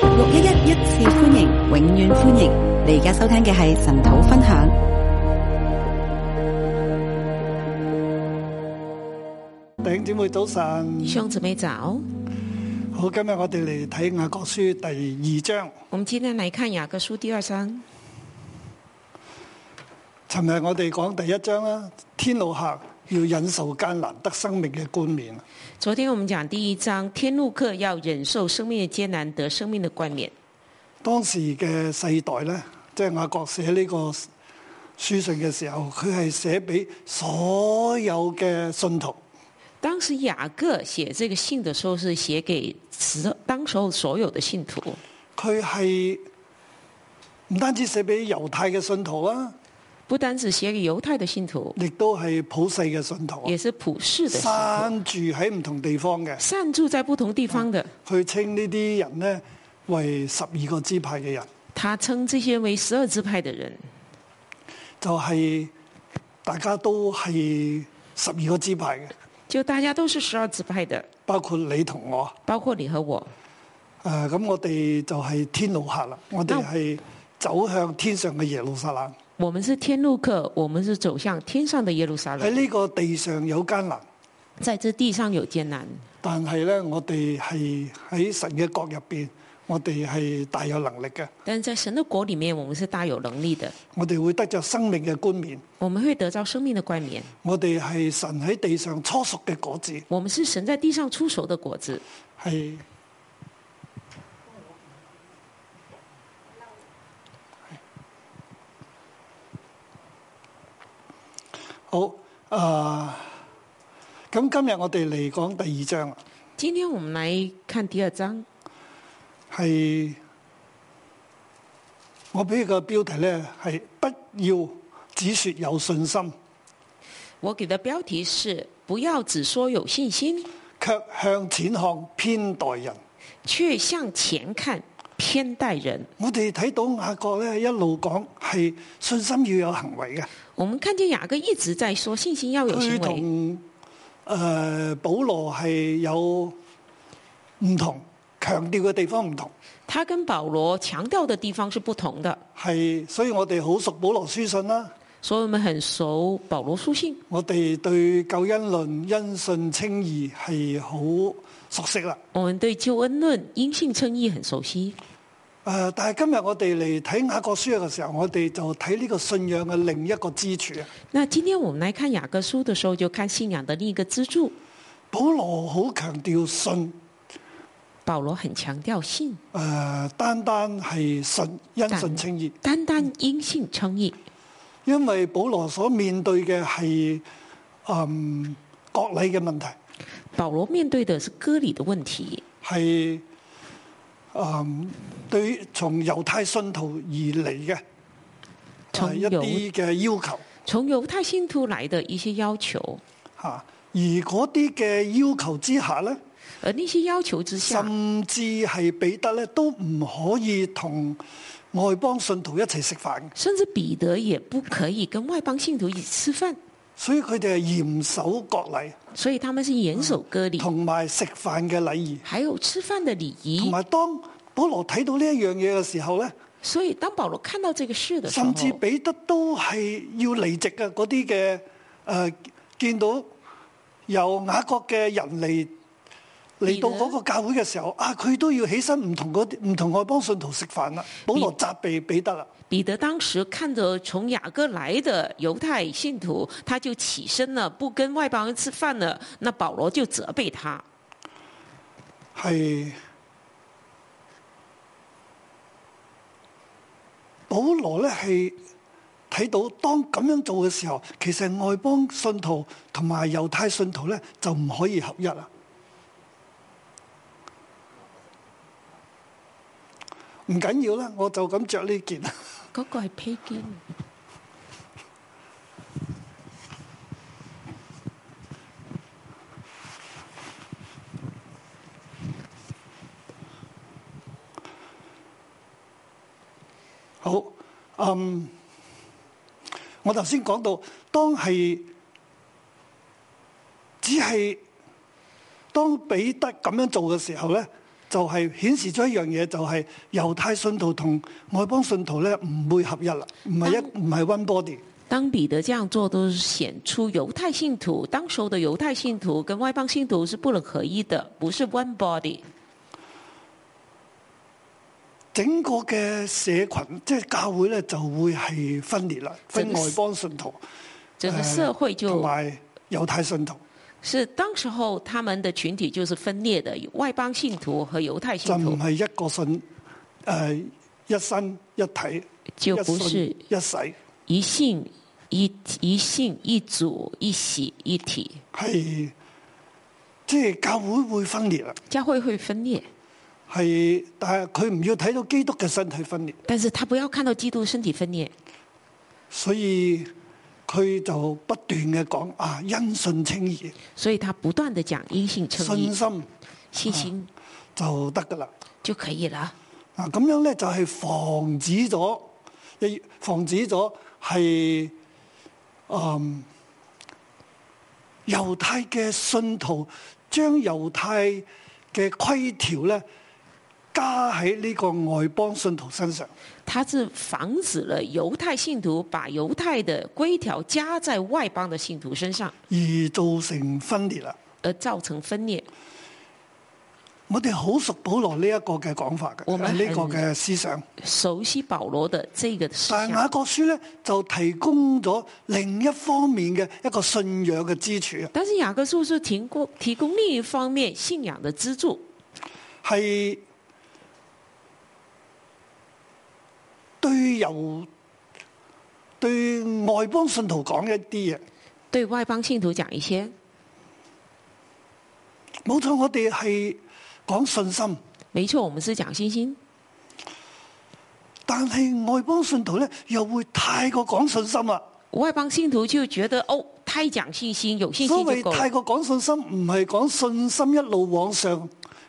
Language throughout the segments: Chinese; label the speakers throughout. Speaker 1: 六一一一次歡迎，永遠歡迎！你而家收聽嘅係神土分享。
Speaker 2: 弟兄姊妹早晨
Speaker 3: 弟，兄姊妹早，
Speaker 2: 好，今日我哋嚟睇雅各書第二章。
Speaker 3: 我们今天来看雅各书第二章。
Speaker 2: 尋日我哋講第一章啦，天路客要忍受艱難得生命嘅冠冕。
Speaker 3: 昨天我们讲第一章，天路客要忍受生命的艰难，得生命的冠冕。
Speaker 2: 當時嘅世代呢，即係雅各寫呢個書信嘅時候，佢係寫俾所有嘅信徒，
Speaker 3: 当时雅各写这个信的时候，是写给时当时候所有的信徒，
Speaker 2: 佢係唔單止寫俾猶太嘅信徒啊，
Speaker 3: 不单只写给犹太的信徒，
Speaker 2: 亦都係普世嘅信徒啊
Speaker 3: 也，是普世的信徒，
Speaker 2: 散住喺唔同地方嘅。
Speaker 3: 散住在不同地方的。
Speaker 2: 佢稱呢啲人呢為十二個支派嘅人，
Speaker 3: 他称这些为十二支派的人，
Speaker 2: 就係、大家都係十二個支派嘅，
Speaker 3: 就大家都是十二支派的，
Speaker 2: 包括你同我。
Speaker 3: 包括你和我。
Speaker 2: 誒、咁我哋就係天路客啦，我哋係走向天上嘅耶路撒冷。
Speaker 3: 我们是天路客，我们是走向天上的耶路撒
Speaker 2: 喺
Speaker 3: 冷，
Speaker 2: 呢個地上有艱難，
Speaker 3: 在这地上有艰难。
Speaker 2: 但係呢，我哋係喺神嘅國入邊，我哋係大有能力嘅，
Speaker 3: 但是在神的国里面，我们是大有能力的，
Speaker 2: 我哋會得着生命嘅冠冕，
Speaker 3: 我们会得到生命的冠冕。
Speaker 2: 我哋係神喺地上初熟嘅果子。
Speaker 3: 我们是神在地上出手的果子，
Speaker 2: 係好啊！咁今日我哋嚟講第二章啦，
Speaker 3: 今天我们来看第二章，
Speaker 2: 係我俾佢個標題咧係不要只說有信心，
Speaker 3: 我给的标题是“不要只说有信心，
Speaker 2: 卻向前看偏待人。
Speaker 3: 却向前看，偏待人
Speaker 2: 我哋睇到雅各咧一路講係信心要有行為嘅。”。
Speaker 3: 我们看见雅各一直在说信心要有
Speaker 2: 佢
Speaker 3: 行为，
Speaker 2: 同誒保羅係有唔同，強調嘅地方唔同，
Speaker 3: 他跟保罗强调的地方是不同的，
Speaker 2: 係所以我哋好熟保羅書信啦。
Speaker 3: 所以我们很熟保罗书信，
Speaker 2: 我哋對救恩論、因信稱義係好熟悉啦。
Speaker 3: 我们对救恩论、因信称义很熟悉。
Speaker 2: 誒、呃但係今日我哋嚟睇雅各書嘅時候，我哋就睇呢個信仰嘅另一個支柱啊。
Speaker 3: 那今天我们来看雅各书的时候，就看信仰的另一个支柱。
Speaker 2: 保羅好強調信，
Speaker 3: 保罗很强调信，
Speaker 2: 誒、呃單單係信，因信稱義。
Speaker 3: 单单因信称义，
Speaker 2: 因為保羅所面對嘅係嗯國禮嘅問題，
Speaker 3: 保罗面对的是割礼的问题，
Speaker 2: 係嗯對從猶太信徒而嚟嘅
Speaker 3: 從
Speaker 2: 呃一啲嘅要求
Speaker 3: 从犹太信徒来的一些要求，
Speaker 2: 嚇、啊而嗰啲嘅要求之下咧，
Speaker 3: 而那些要求之下，
Speaker 2: 甚至係彼得咧都唔可以同外邦信徒一齊食飯，
Speaker 3: 甚至彼得也不可以跟外邦信徒一起吃饭，
Speaker 2: 所以佢哋係嚴守國禮
Speaker 3: 所以他们是严守割礼，
Speaker 2: 同埋食飯嘅禮儀，
Speaker 3: 还有吃饭的礼
Speaker 2: 同
Speaker 3: 仪。
Speaker 2: 埋當保羅睇到呢一樣嘢嘅時候咧。
Speaker 3: 所以当保罗看到这个事的时候
Speaker 2: 甚，至彼得都係要離席嘅嗰啲嘅誒，見到由雅各嘅人嚟嚟到嗰個教會嘅時候，啊，佢都要起身唔同嗰啲唔同外邦信徒食飯啦。保羅責備彼得啦，
Speaker 3: 彼得当时看着从雅各来的犹太信徒，他就起身了，不跟外邦人吃饭了。那保罗就责备他，
Speaker 2: 係保羅咧係睇到當咁樣做嘅時候，其實外邦信徒同埋猶太信徒咧就唔可以合一啦。唔緊要啦，我就咁着呢件啦。
Speaker 3: 嗰個係披肩。
Speaker 2: 好，嗯，我頭先講到，當係只係當彼得咁樣做嘅時候咧，就係顯示咗一樣嘢，就係猶太信徒同外邦信徒咧唔會合一啦，唔係一
Speaker 3: 嗯
Speaker 2: 唔係 one body。
Speaker 3: 当彼得这样做，都是显出犹太信徒当时候的犹太信徒跟外邦信徒是不能合一的，不是 one body。
Speaker 2: 整個嘅社群即係教會咧就會係分裂啦，分
Speaker 3: 整個
Speaker 2: 外邦信徒
Speaker 3: 整个社会就
Speaker 2: 同埋猶太信徒，
Speaker 3: 是当时候他们的群体就是分裂的，有外邦信徒和犹太
Speaker 2: 就
Speaker 3: 信徒
Speaker 2: 唔係一個信誒、呃一身一體，
Speaker 3: 就
Speaker 2: 一
Speaker 3: 不是
Speaker 2: 信一洗，
Speaker 3: 一信一一信一主一喜一体，
Speaker 2: 係即係教會會分裂啦。
Speaker 3: 教会会分裂，
Speaker 2: 係，但係佢唔要睇到基督嘅身體分裂，
Speaker 3: 但是他不要看到基督身体分裂，
Speaker 2: 所以佢就不斷嘅講啊，因信稱義，
Speaker 3: 所以他不断的讲因信称
Speaker 2: 信
Speaker 3: 义，
Speaker 2: 心
Speaker 3: 信心
Speaker 2: 就得㗎啦。
Speaker 3: 就可以了。
Speaker 2: 啊，咁樣咧就係防止咗，亦防止咗係嗯猶太嘅信徒將猶太嘅規條咧加喺呢個外邦信徒身上。
Speaker 3: 他是防止了犹太信徒把犹太的规条加在外邦的信徒身上，
Speaker 2: 而造成分裂啦。
Speaker 3: 而造成分裂。
Speaker 2: 我哋好熟保羅呢一個嘅講法嘅，啊
Speaker 3: 我
Speaker 2: 呢、
Speaker 3: 們很
Speaker 2: 個嘅思想。
Speaker 3: 熟悉保罗的这个思
Speaker 2: 但係
Speaker 3: 想，
Speaker 2: 雅各書咧就提供咗另一方面嘅一個信仰嘅支柱，啊
Speaker 3: 但是雅各书是提供提供另一方面信仰的支柱，
Speaker 2: 係對猶對外邦信徒講一啲嘢。
Speaker 3: 对外邦信徒讲一些。
Speaker 2: 冇錯，我哋係講信心，
Speaker 3: 没错，我们是讲信心，
Speaker 2: 但係外邦信徒咧又會太過講信心啊！
Speaker 3: 外邦信徒就觉得哦，太讲信心，有信
Speaker 2: 所
Speaker 3: 心就
Speaker 2: 謂
Speaker 3: 够
Speaker 2: 太
Speaker 3: 了。
Speaker 2: 過講信心，唔係講信心一路往上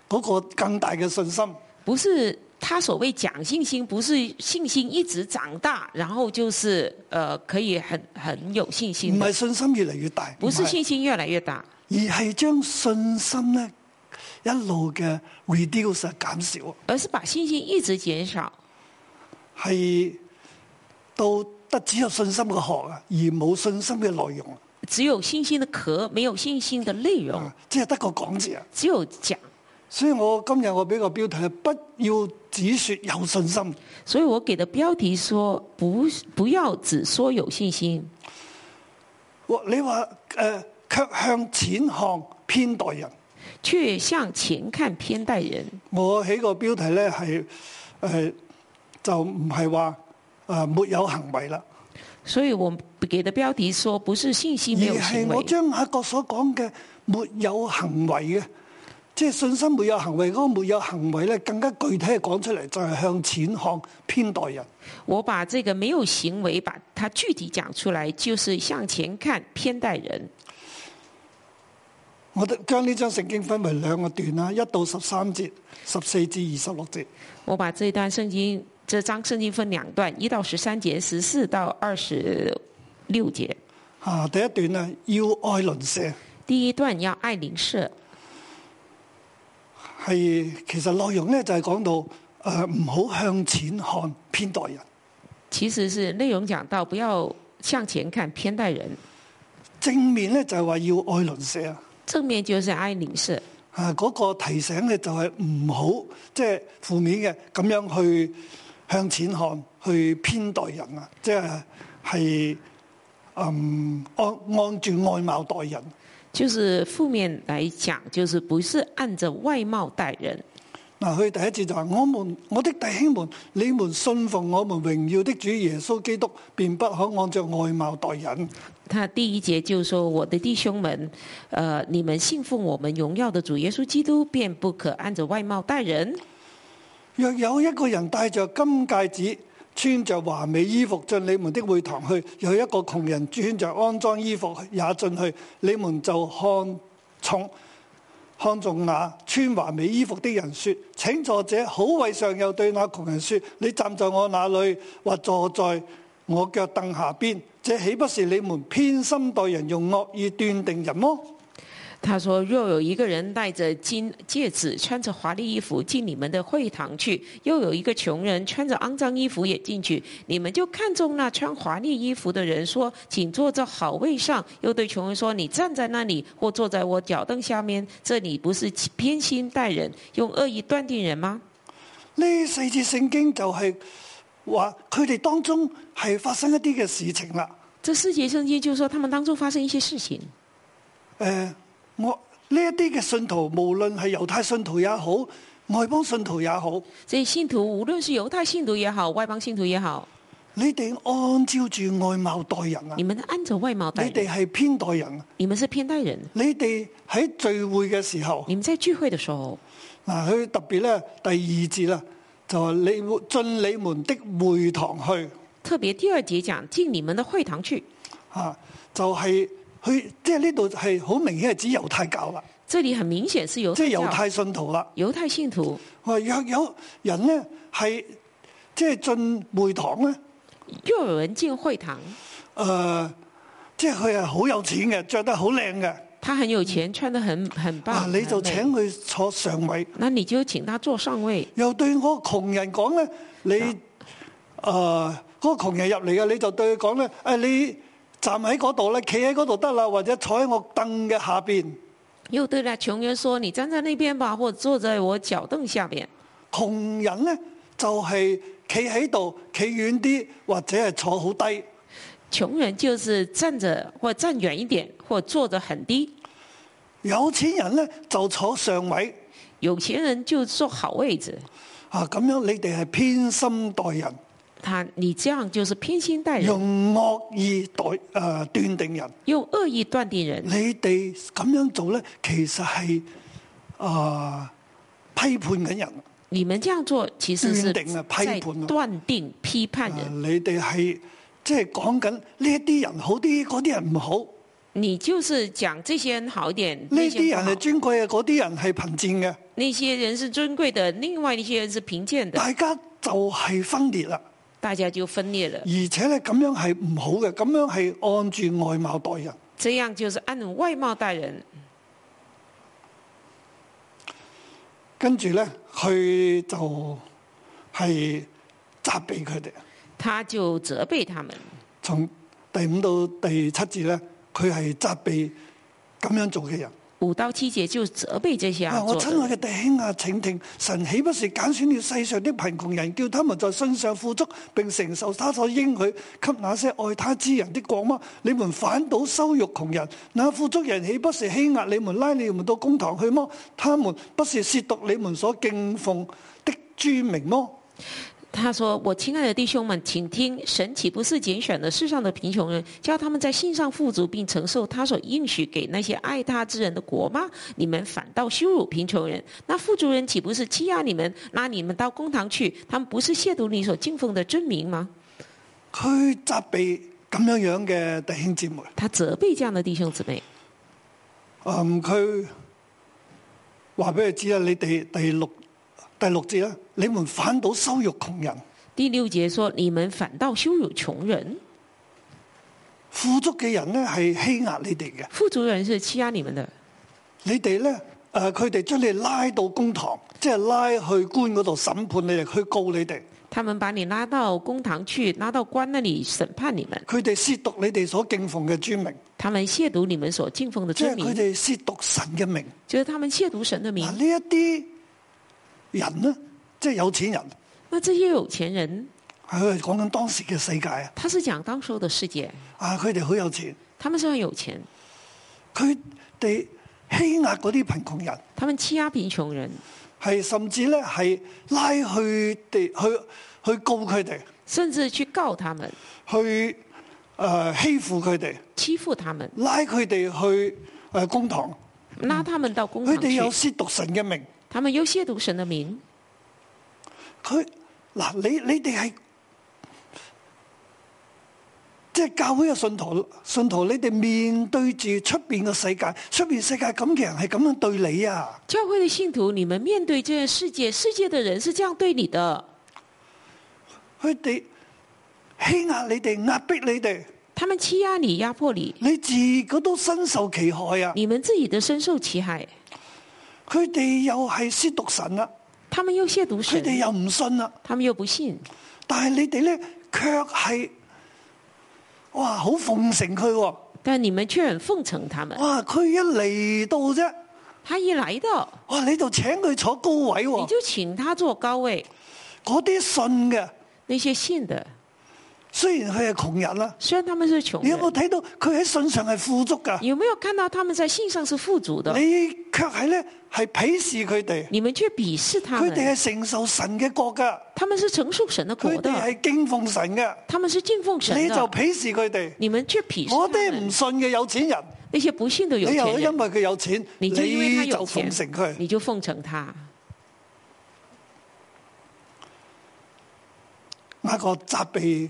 Speaker 2: 嗰、個更大嘅信心，
Speaker 3: 不是他所谓讲信心，不是信心一直长大，然后就是呃，可以很很有信
Speaker 2: 唔
Speaker 3: 心的
Speaker 2: 係信心越嚟越大，
Speaker 3: 不是
Speaker 2: 唔係
Speaker 3: 信心越来越大，
Speaker 2: 而係將信心咧一路嘅 reduce 啊減少，
Speaker 3: 而是把信心一直减少，
Speaker 2: 係到得只有信心嘅殼啊，而冇信心嘅內容
Speaker 3: 只有信心的壳，没有信心的内容，
Speaker 2: 啊，即係得個講字啊。
Speaker 3: 只有讲。
Speaker 2: 所以我今日我俾個標題係不要只說有信心，
Speaker 3: 所以我给的标题说，不不要只说有信心，
Speaker 2: 我你話誒、呃，卻向錢看偏待人。
Speaker 3: 却向前看偏待人。
Speaker 2: 我起個標題咧係誒，就唔係話誒沒有行為啦，
Speaker 3: 所以我给的标题说，不是信
Speaker 2: 而
Speaker 3: 心没有
Speaker 2: 係
Speaker 3: 行
Speaker 2: 我
Speaker 3: 为，
Speaker 2: 將雅各所講嘅沒有行為嘅，即係信心沒有行為嗰、個沒有行為咧，更加具體嘅講出嚟，就係、向錢看偏待人。
Speaker 3: 我把这个没有行为把它具体讲出来，就是向前看偏待人。
Speaker 2: 我哋將呢章聖經分為兩個段啦，一到十三節，十四至二十六節。
Speaker 3: 我把这段圣经这章圣经分两段，一到十三节，十四到二十六节。
Speaker 2: 啊，第一段啊，要愛鄰舍，
Speaker 3: 第一段要爱邻舍，
Speaker 2: 係其實內容咧就係、講到誒唔好向錢看偏待人。
Speaker 3: 其实是内容讲到不要向前看偏待人，
Speaker 2: 正面咧就係話要愛鄰舍啊，
Speaker 3: 正面就是爱邻舍。
Speaker 2: 啊嗰、個提醒咧就係唔好即係負面嘅咁樣去向錢看，去偏待人啊，即係係嗯按按住外貌待人，
Speaker 3: 就是负面来讲，就是不是按着外貌待人。
Speaker 2: 嗱，佢第一節就話：我們我的弟兄們，你們信奉我們榮耀的主耶穌基督，便不可按着外貌待人。
Speaker 3: 他第一节就说：“我的弟兄们，呃，你们信奉我们荣耀的主耶稣基督，便不可按着外貌待人。
Speaker 2: 若有一個人戴着金戒指，穿着華美衣服進你們的會堂去；有一個窮人穿着安裝衣服也進去，你們就看重看重那穿華美衣服的人說：請坐者好位上又對那窮人說：你站在我那裏，或坐在我腳凳下邊，這豈不是你們偏心待人，用惡意斷定人麼？”
Speaker 3: 他说：“若有一个人戴着金戒指，穿着华丽衣服进你们的会堂去；又有一个穷人穿着肮脏衣服也进去，你们就看中那穿华丽衣服的人，说：‘请坐这好位上。’又对穷人说：‘你站在那里，或坐在我脚凳下面，这里不是偏心待人，用恶意断定人吗？’
Speaker 2: 呢四節聖經就係話佢哋當中係發生一啲嘅事情啦。
Speaker 3: 这四节圣经就是说，他们当中发生一些事情。
Speaker 2: 誒、呃我呢一啲嘅信徒，無論係猶太信徒也好，外邦信徒也好，
Speaker 3: 所以信徒无论是犹太信徒也好，外邦信徒也好，
Speaker 2: 你哋按照住外貌待人啊
Speaker 3: 你！们按着外貌待
Speaker 2: 你
Speaker 3: 人
Speaker 2: 哋，係偏待人啊，
Speaker 3: 你们是偏待人。
Speaker 2: 你哋喺聚會嘅時候，
Speaker 3: 你们在聚会的时候，
Speaker 2: 嗱，佢特別咧第二節啦，就話你會進你們的會堂去
Speaker 3: 特别第二节讲进你们的会堂去，
Speaker 2: 啊，就係、佢即係呢度係好明顯係指猶太教啦，
Speaker 3: 这里很明显是犹
Speaker 2: 即
Speaker 3: 太
Speaker 2: 係
Speaker 3: 教
Speaker 2: 猶太信徒啦。
Speaker 3: 犹太信徒
Speaker 2: 話若有人咧係即係進會堂咧，誒、
Speaker 3: 又有人进会堂，
Speaker 2: 呃即係佢係好有錢嘅，着得好靚嘅，
Speaker 3: 他很有钱，穿得很很
Speaker 2: 啊
Speaker 3: 棒，
Speaker 2: 你就
Speaker 3: 很美
Speaker 2: 請佢坐上位，
Speaker 3: 那你就请他坐上位。
Speaker 2: 又對嗰個窮人講咧，你誒嗰、個窮人入嚟嘅，你就對佢講咧，誒、你站喺嗰度咧，企喺嗰度得啦，或者坐喺我凳嘅下邊。
Speaker 3: 又对那穷人说：“你站在那边吧，或者坐在我脚凳下面。
Speaker 2: 窮人咧就係企喺度，企遠啲，或者係坐好低。”
Speaker 3: 穷人就是站着或站远一点，或坐得很低。
Speaker 2: 有錢人咧就坐上位。
Speaker 3: 有钱人就坐好位置，
Speaker 2: 啊，咁樣你哋係偏心待人，
Speaker 3: 他你这样就是偏心待人，
Speaker 2: 用惡意待誒、呃、斷定人。
Speaker 3: 用恶意断定人。
Speaker 2: 你哋咁樣做咧，其實係啊、批判緊人。
Speaker 3: 你们这样做其实是
Speaker 2: 断定啊批
Speaker 3: 在
Speaker 2: 判啊
Speaker 3: 断定、批判
Speaker 2: 啊
Speaker 3: 人。
Speaker 2: 你哋係即係講緊呢一啲人好啲，嗰啲人唔好。
Speaker 3: 你就是讲这些人好一点，
Speaker 2: 呢
Speaker 3: 那些
Speaker 2: 啲人
Speaker 3: 不好
Speaker 2: 係尊貴嘅，嗰啲人係貧賤嘅。
Speaker 3: 那些人是尊贵的，另外一些人是贫贱的，
Speaker 2: 大家就係分裂啦，
Speaker 3: 大家就分裂了。
Speaker 2: 而且咧咁樣係唔好嘅，咁樣係按住外貌待人。
Speaker 3: 这样就是按外貌待人。
Speaker 2: 跟住咧，佢就係責備佢哋。
Speaker 3: 他就责备他们，
Speaker 2: 從第五到第七節咧，佢係責備咁樣做嘅人。
Speaker 3: 五到七节就责备这些
Speaker 2: 啊！
Speaker 3: 啊
Speaker 2: 我
Speaker 3: 做
Speaker 2: 親愛
Speaker 3: 的。
Speaker 2: 嘅弟兄啊，請聽，神岂不是揀選了世上的貧窮人，叫他們在身上富足，並承受他所應許給那些愛他之人的國嗎？你們反倒羞辱窮人，那富足人豈不是欺壓你們，拉你們到公堂去麼？他們不是褻瀆你們所敬奉的尊名麼？
Speaker 3: 他说：“我亲爱的弟兄们，请听，神岂不是拣选了世上的贫穷人，叫他们在信上富足，并承受他所应许给那些爱他之人的国吗？你们反倒羞辱贫穷人，那富足人岂不是欺压你们，拉你们到公堂去？他们不是亵渎你所敬奉的真名吗？”
Speaker 2: 佢責備咁樣樣嘅弟兄姊妹，
Speaker 3: 他责备这样的弟兄姊妹，
Speaker 2: 嗯，佢話俾佢知啦，你哋第六第六節啦，你們反倒羞辱窮人。
Speaker 3: 第六节说：“你们反倒羞辱穷人，
Speaker 2: 富足嘅人咧係欺壓你哋嘅，
Speaker 3: 富足人是欺压你们的。
Speaker 2: 你哋咧誒佢哋將你拉到公堂，即係拉去官嗰度審判你哋，去告你哋，
Speaker 3: 他们把你拉到公堂去，拉到官那里审判你们。
Speaker 2: 佢哋褻瀆你哋所敬奉嘅尊名，
Speaker 3: 他们亵渎你们所敬奉的
Speaker 2: 即係
Speaker 3: 尊
Speaker 2: 佢
Speaker 3: 名，
Speaker 2: 哋褻瀆神嘅名。
Speaker 3: 就是他们亵渎神的
Speaker 2: 嗱
Speaker 3: 名。
Speaker 2: 呢一啲人咧，即係有錢人，啊
Speaker 3: 那这些有钱人，
Speaker 2: 佢係講緊當時嘅世界啊！
Speaker 3: 他是讲当时候的世界，
Speaker 2: 啊，佢哋好有錢，
Speaker 3: 他们是很有钱，
Speaker 2: 佢哋欺壓嗰啲貧窮人，
Speaker 3: 他们欺压贫穷人，
Speaker 2: 係甚至咧係拉去地去去告佢哋，
Speaker 3: 甚至去告他们，
Speaker 2: 去誒、呃欺負佢哋。
Speaker 3: 欺负他们，
Speaker 2: 拉佢哋去誒公堂，
Speaker 3: 拉他们到公
Speaker 2: 嗯佢
Speaker 3: 堂
Speaker 2: 哋
Speaker 3: 去
Speaker 2: 有。褻瀆神嘅名。
Speaker 3: 他们又亵渎神的名。
Speaker 2: 佢嗱，你你哋係即係教會嘅信徒，信徒你哋面對住出邊嘅世界，出邊世界咁嘅人係咁樣對你啊！
Speaker 3: 教会的信徒，你们面对这个世界，世界的人是这样对你的，
Speaker 2: 佢哋欺壓你哋，壓迫你哋，
Speaker 3: 他们欺压你、压迫你，
Speaker 2: 你自己都身受其害啊！
Speaker 3: 你们自己的深受其害。
Speaker 2: 佢哋又係亵渎神啦，
Speaker 3: 他们又亵渎
Speaker 2: 佢哋
Speaker 3: 神，
Speaker 2: 又唔信啦，
Speaker 3: 他们又不信，
Speaker 2: 但係你哋咧卻係哇好奉承佢喎、
Speaker 3: 但你们却很奉承他们。
Speaker 2: 哇！佢一嚟到啫，
Speaker 3: 他一来到，
Speaker 2: 哇！你就請佢坐高位喎、
Speaker 3: 你就请他坐高位。
Speaker 2: 嗰啲信嘅，
Speaker 3: 那些信的，
Speaker 2: 雖然佢係窮人啦，
Speaker 3: 虽然他们是穷
Speaker 2: 你有
Speaker 3: 人，
Speaker 2: 冇睇到佢喺信上係富足噶？
Speaker 3: 有没有看到他们在信上是富足的？
Speaker 2: 你卻係咧係鄙視佢哋，
Speaker 3: 你们却鄙视他
Speaker 2: 佢哋
Speaker 3: 们，
Speaker 2: 係承受神嘅國噶，
Speaker 3: 他们是承受神的
Speaker 2: 佢
Speaker 3: 果
Speaker 2: 哋
Speaker 3: 的，
Speaker 2: 係敬奉神嘅，
Speaker 3: 他们是敬奉神啊
Speaker 2: 你就
Speaker 3: 的。
Speaker 2: 鄙視佢哋。
Speaker 3: 你们却鄙视
Speaker 2: 我
Speaker 3: 他
Speaker 2: 哋唔
Speaker 3: 们，
Speaker 2: 信嘅有錢人，
Speaker 3: 那些不信的有
Speaker 2: 你又
Speaker 3: 钱
Speaker 2: 因
Speaker 3: 人，
Speaker 2: 為佢有錢，
Speaker 3: 你就因为他
Speaker 2: 你就
Speaker 3: 有
Speaker 2: 奉
Speaker 3: 钱
Speaker 2: 承，佢。
Speaker 3: 你就奉承他。
Speaker 2: 雅各責備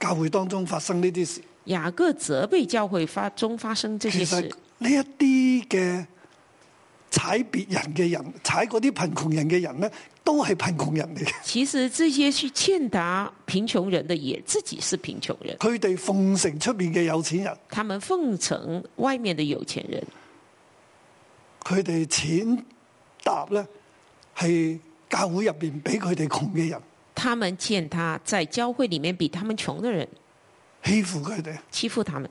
Speaker 2: 教會當中發生呢啲事，
Speaker 3: 雅各责备教会发中发生这些
Speaker 2: 其實
Speaker 3: 事，
Speaker 2: 呢一啲嘅踩別人嘅人，踩嗰啲貧窮人嘅人咧，都係貧窮人嚟嘅。
Speaker 3: 其实这些去欠打贫穷人的也自己是贫穷人，
Speaker 2: 佢哋奉承出面嘅有錢人，
Speaker 3: 他们奉承外面的有钱人，
Speaker 2: 佢哋錢搭咧係教會入邊俾佢哋窮嘅人
Speaker 3: 他们欠他在教会里面比他们穷的人
Speaker 2: 欺負佢哋。
Speaker 3: 欺负他们。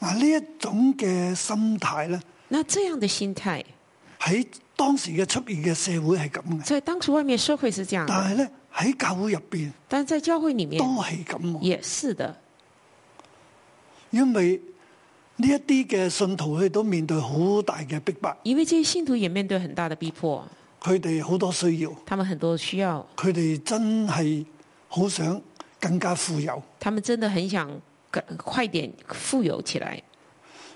Speaker 2: 嗱呢一種嘅心態咧，
Speaker 3: 那这样的心态，
Speaker 2: 喺當時嘅出面嘅社會係咁嘅，
Speaker 3: 在当时外面社会是这样的，
Speaker 2: 但係咧喺教會入邊
Speaker 3: 但在教会里面
Speaker 2: 都係咁喎。
Speaker 3: 也是的，
Speaker 2: 因為呢一啲嘅信徒佢哋都面對好大嘅逼迫，
Speaker 3: 因为这些信徒也面对很大的逼迫，
Speaker 2: 佢哋好多需要，
Speaker 3: 他们很多需要，
Speaker 2: 佢哋真係好想更加富有，
Speaker 3: 他们真的很想赶快点富有起来，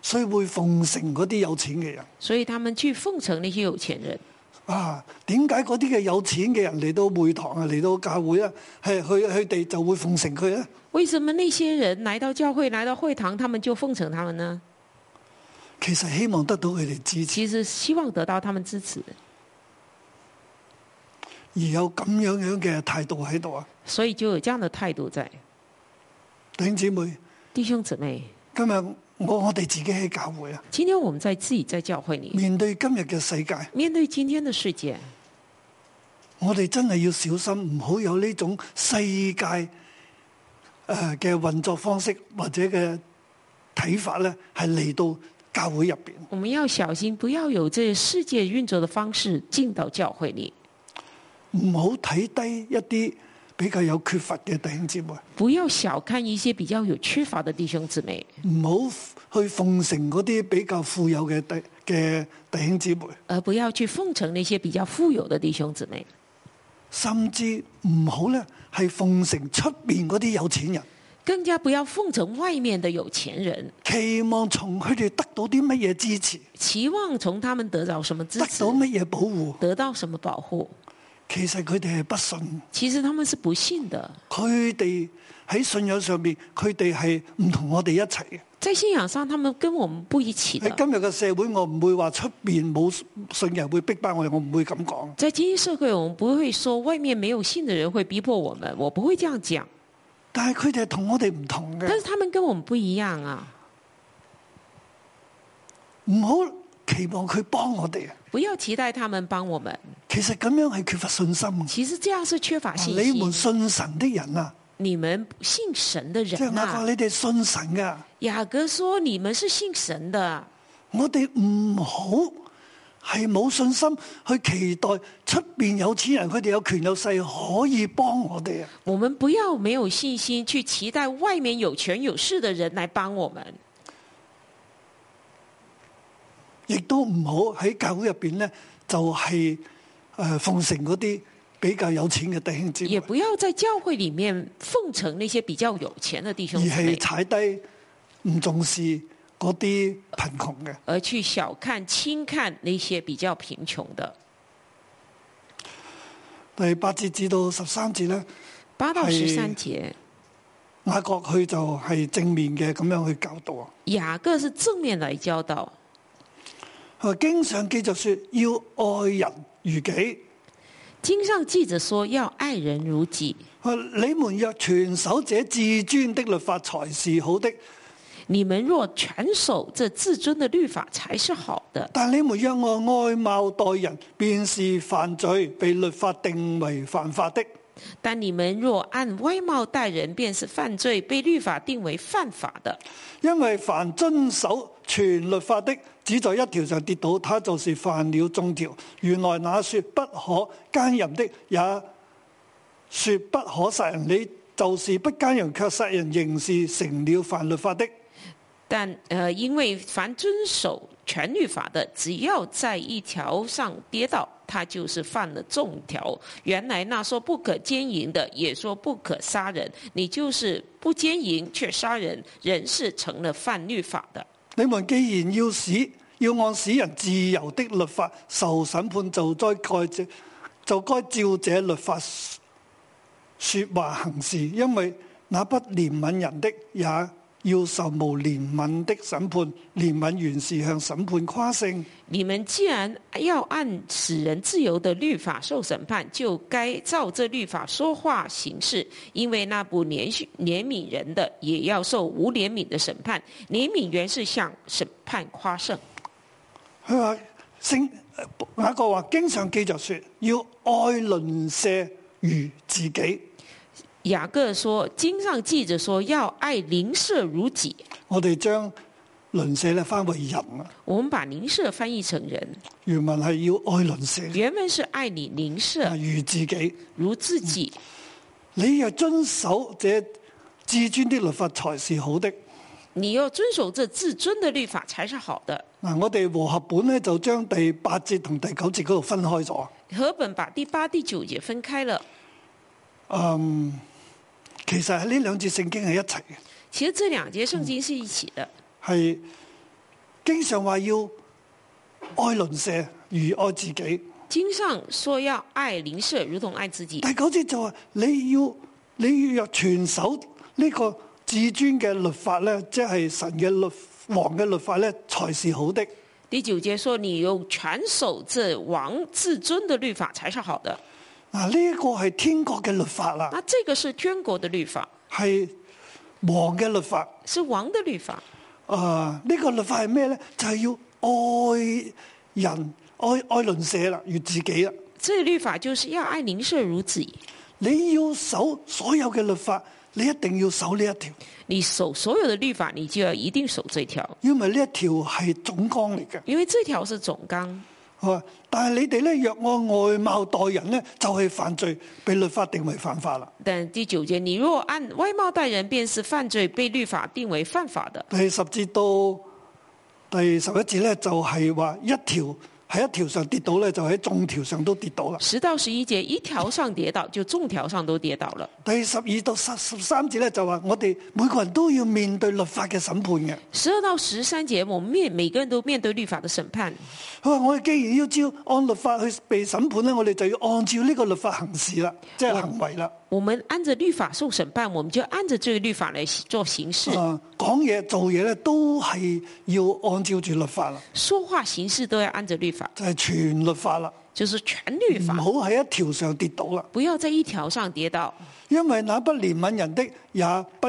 Speaker 2: 所以會奉承嗰啲有錢嘅人。
Speaker 3: 所以他们去奉承那些有钱人。
Speaker 2: 啊，點解嗰啲嘅有錢嘅人嚟到會堂啊，嚟到教會咧，係佢佢哋就會奉承佢咧？
Speaker 3: 为什么那些人来到教会、来到会堂，他们就奉承他们呢？
Speaker 2: 其實希望得到佢哋支持，
Speaker 3: 其实希望得到他们支持，
Speaker 2: 而有咁樣樣嘅態度喺度啊！
Speaker 3: 所以就有这样的态度在。
Speaker 2: 弟兄姊妹，
Speaker 3: 弟兄姊妹，
Speaker 2: 今日我我哋自己喺教會啊，
Speaker 3: 今天我们在自己在教会里
Speaker 2: 面對今日嘅世界。
Speaker 3: 面对今天的世界，
Speaker 2: 我哋真係要小心，唔好有呢種世界誒嘅運作方式或者嘅睇法咧，係嚟到教會入邊。
Speaker 3: 我们要小心，不要有这世界运作的方式进到教会里，
Speaker 2: 唔好睇低一啲比較有缺乏嘅弟兄姊妹，
Speaker 3: 不要小看一些比较有缺乏的弟兄姊妹，
Speaker 2: 唔好去奉承嗰啲比較富有嘅弟嘅弟兄姊妹，
Speaker 3: 而不要去奉承那些比较富有的弟兄姊妹，
Speaker 2: 甚至唔好咧係奉承出面嗰啲有錢人，
Speaker 3: 更加不要奉承外面的有钱人，
Speaker 2: 期望從佢哋得到啲乜嘢支持，
Speaker 3: 期望从他们得到什么支
Speaker 2: 得
Speaker 3: 持
Speaker 2: 到，乜嘢保護。
Speaker 3: 得到什么保护。
Speaker 2: 其實佢哋係不信。
Speaker 3: 其实他们是不信的，
Speaker 2: 佢哋喺信仰上面，佢哋係唔同我哋一齊嘅。
Speaker 3: 在信仰上他们跟我们不一起
Speaker 2: 喺
Speaker 3: 的。
Speaker 2: 今日嘅社會，我唔會話出邊冇信人會逼迫我哋，我唔會咁講。
Speaker 3: 在今天社会，我们不会说外面没有信的人会逼迫我们，我不会这样讲。
Speaker 2: 但係佢哋係同我哋唔同
Speaker 3: 但
Speaker 2: 嘅，
Speaker 3: 是他们跟我们不一样啊！
Speaker 2: 唔好期望佢幫我哋。
Speaker 3: 不要期待他们帮我们，
Speaker 2: 其實咁樣係缺乏信心。
Speaker 3: 其实这样是缺乏信
Speaker 2: 你們
Speaker 3: 心。
Speaker 2: 信神的人啊，
Speaker 3: 你们信神的
Speaker 2: 即係
Speaker 3: 人
Speaker 2: 雅各，
Speaker 3: 啊，
Speaker 2: 你哋信神噶，
Speaker 3: 雅各说你们是信神的，
Speaker 2: 我哋唔好係冇信心去期待出邊有錢人，佢哋有權有勢可以幫我哋啊！
Speaker 3: 我们不要没有信心去期待外面有权有势的人来帮我们，
Speaker 2: 亦都唔好喺教會入邊咧，就係、呃奉承嗰啲比較有錢嘅弟兄姊妹
Speaker 3: 也，不要在教会里面奉承那些比较有钱的弟
Speaker 2: 而
Speaker 3: 兄姊妹
Speaker 2: 係。踩低唔重視嗰啲貧窮嘅。
Speaker 3: 而去小看、轻看那些比较贫穷的。
Speaker 2: 第八節至到十三節咧，
Speaker 3: 八到十
Speaker 2: 是
Speaker 3: 三节，
Speaker 2: 雅各佢就係正面嘅咁樣去教導啊。
Speaker 3: 雅各是正面来教导，
Speaker 2: 佢話經常記著說要愛人如己，
Speaker 3: 经上记着说要爱人如己。
Speaker 2: 你們若全守這至尊的律法，才是好的；
Speaker 3: 你们若全守这至尊的律法，才是好的。
Speaker 2: 但你們若按外貌待人，便是犯罪，被律法定為犯法的。
Speaker 3: 但你们若按外貌待人，便是犯罪，被律法定为犯法的。
Speaker 2: 因為凡遵守全律法的，只在一條上跌倒，他就是犯了眾條。原來那說不可奸淫的，也說不可殺人，你就是不奸淫卻殺人，仍是成了犯律法的。
Speaker 3: 但呃，因为凡遵守全律法的，只要在一条上跌倒，他就是犯了众条。原来那说不可奸淫的，也说不可杀人，你就是不奸淫却杀人，人是成了犯律法的。
Speaker 2: 你們既然要使要按使人自由的律法受審判，就該蓋這就該照這律法說話行事，因為那不憐憫人的也要受無憐憫的審判。憐憫原是向審判誇勝。
Speaker 3: 你们既然要按使人自由的律法受审判，就该照这律法说话行事，因为那不怜恤怜悯人的，也要受无怜悯的审判。怜悯原是向审判夸胜。
Speaker 2: 佢話聖雅各話經常記着說，要愛鄰舍如自己。
Speaker 3: 雅各说：“经上记着说，要爱邻舍如己。
Speaker 2: 我哋將鄰舍咧翻為人啊，”
Speaker 3: 我们把邻舍翻译成人，
Speaker 2: 原文係要愛鄰舍
Speaker 3: 原文是爱你邻
Speaker 2: 啊
Speaker 3: 舍
Speaker 2: 如自己。
Speaker 3: 如自己。
Speaker 2: 你若遵守這至尊的律法，才是好的。
Speaker 3: 你要遵守这至尊的律法才是好的。
Speaker 2: 嗱，我哋和合本咧就將第八節同第九節嗰度分開咗。
Speaker 3: 和本把第八、第九节分开了，
Speaker 2: 嗯其實係呢兩節聖經係一齊嘅，
Speaker 3: 其实这两节圣经是一起的。
Speaker 2: 係經常話要愛鄰舍如愛自己。
Speaker 3: 经上说要爱邻舍如同爱自己，
Speaker 2: 第九節就話你要你若全守呢個至尊嘅律法咧，即係神嘅律王嘅律法咧，才是好的。
Speaker 3: 第九节说你用全守这王至尊的律法才是好的。
Speaker 2: 嗱，呢一個係天國嘅律法啦，
Speaker 3: 那这个是天国的律法，
Speaker 2: 係王嘅律法。
Speaker 3: 是王的律法。
Speaker 2: 啊，呢、個律法係咩咧？就係、要愛人、愛愛鄰舍啦，如自己啦。
Speaker 3: 这律法就是要爱邻舍如己，
Speaker 2: 你要守所有嘅律法，你一定要守呢一條，
Speaker 3: 你守所有的律法，你就要一定守这条，
Speaker 2: 因為呢一條係總綱嚟嘅。
Speaker 3: 因为这条是总纲。
Speaker 2: 係嘛但係你哋咧，若按外貌待人咧，就係犯罪，被律法定為犯法啦。
Speaker 3: 但第九节，你若按外貌待人，便是犯罪，被律法定为犯法的。
Speaker 2: 第十節到第十一節咧，就係、話一條喺一條上跌倒咧，就喺眾條上都跌倒啦。
Speaker 3: 十到十一节，一条上跌倒，就众条上都跌倒了。
Speaker 2: 第十二到十十三節咧，就話我哋每個人都要面對律法嘅審判嘅。
Speaker 3: 十二到十三节，我们面每个人都面对律法的审判。
Speaker 2: 佢話：我哋既然要照按律法去被審判咧，我哋就要按照呢個律法行事啦，即係行為啦。
Speaker 3: 我们按着律法受审判，我们就按着这个律法来做行事，
Speaker 2: 啊，講嘢做嘢咧，都係要按照住律法啦，
Speaker 3: 说话行事都要按着律法，
Speaker 2: 就係、全律法啦，
Speaker 3: 就是全律
Speaker 2: 唔
Speaker 3: 法，
Speaker 2: 好喺一條上跌倒啦。
Speaker 3: 不要在一条上跌倒。
Speaker 2: 因為那不憐憫人的，也不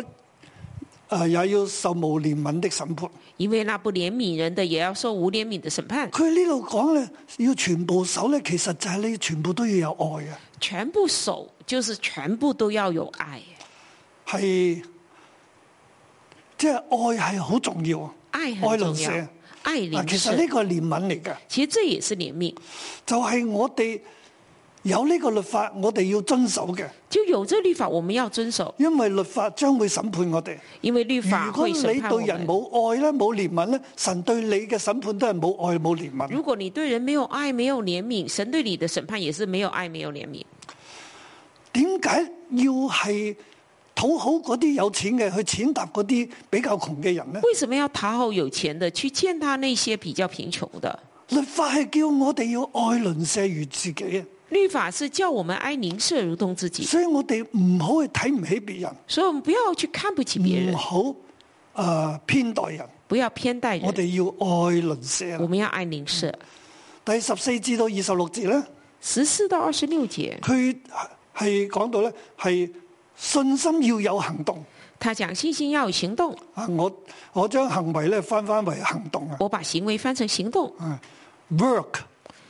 Speaker 2: 啊、也要受無憐憫的審判。
Speaker 3: 因为那不怜悯人的，也要受无怜悯的审判。
Speaker 2: 佢呢度講咧，要全部守咧，其實就係你全部都要有愛啊嘅，
Speaker 3: 全部守，就是全部都要有爱，
Speaker 2: 係即係愛係好重要啊。
Speaker 3: 爱
Speaker 2: 爱
Speaker 3: 很
Speaker 2: 邻
Speaker 3: 重
Speaker 2: 舍
Speaker 3: 要。爱
Speaker 2: 嗱，
Speaker 3: 邻
Speaker 2: 其
Speaker 3: 舍
Speaker 2: 實，呢個係憐憫嚟嘅。
Speaker 3: 其实这也是怜悯。
Speaker 2: 就係我哋有呢個律法，我哋要遵守嘅，
Speaker 3: 就有这律法，我们要遵守，
Speaker 2: 因為律法將會審判我哋。
Speaker 3: 因为律法
Speaker 2: 如果
Speaker 3: 会
Speaker 2: 你
Speaker 3: 审判我
Speaker 2: 對人
Speaker 3: 们。
Speaker 2: 冇愛咧，冇憐憫咧，神對你嘅審判都係冇愛冇憐憫。
Speaker 3: 如果你对人没有爱、没有怜悯，神对你的审判也是没有爱、没有怜悯。
Speaker 2: 點解要係討好嗰啲有錢嘅去踐踏嗰啲比較窮嘅人呢？
Speaker 3: 为什么要讨好有钱的，去践踏那些比较贫穷的？
Speaker 2: 律法係叫我哋要愛鄰舍如自己啊，
Speaker 3: 律法是叫我们爱邻舍如同自己，
Speaker 2: 所以我哋唔好去睇唔起別人，
Speaker 3: 所以我们不要去看不起别人
Speaker 2: 唔，好誒呃偏待人，
Speaker 3: 不要偏待
Speaker 2: 我
Speaker 3: 人，
Speaker 2: 哋要愛鄰舍
Speaker 3: 我
Speaker 2: 啦。
Speaker 3: 们要爱邻舍。
Speaker 2: 第十四至到二十六節咧。
Speaker 3: 十四到二十六节，
Speaker 2: 佢係講到咧係信心要有行動
Speaker 3: 他讲信心要有行动，
Speaker 2: 啊！我我將行為咧翻翻為行動啊
Speaker 3: 我把行为翻成行动。
Speaker 2: 啊，work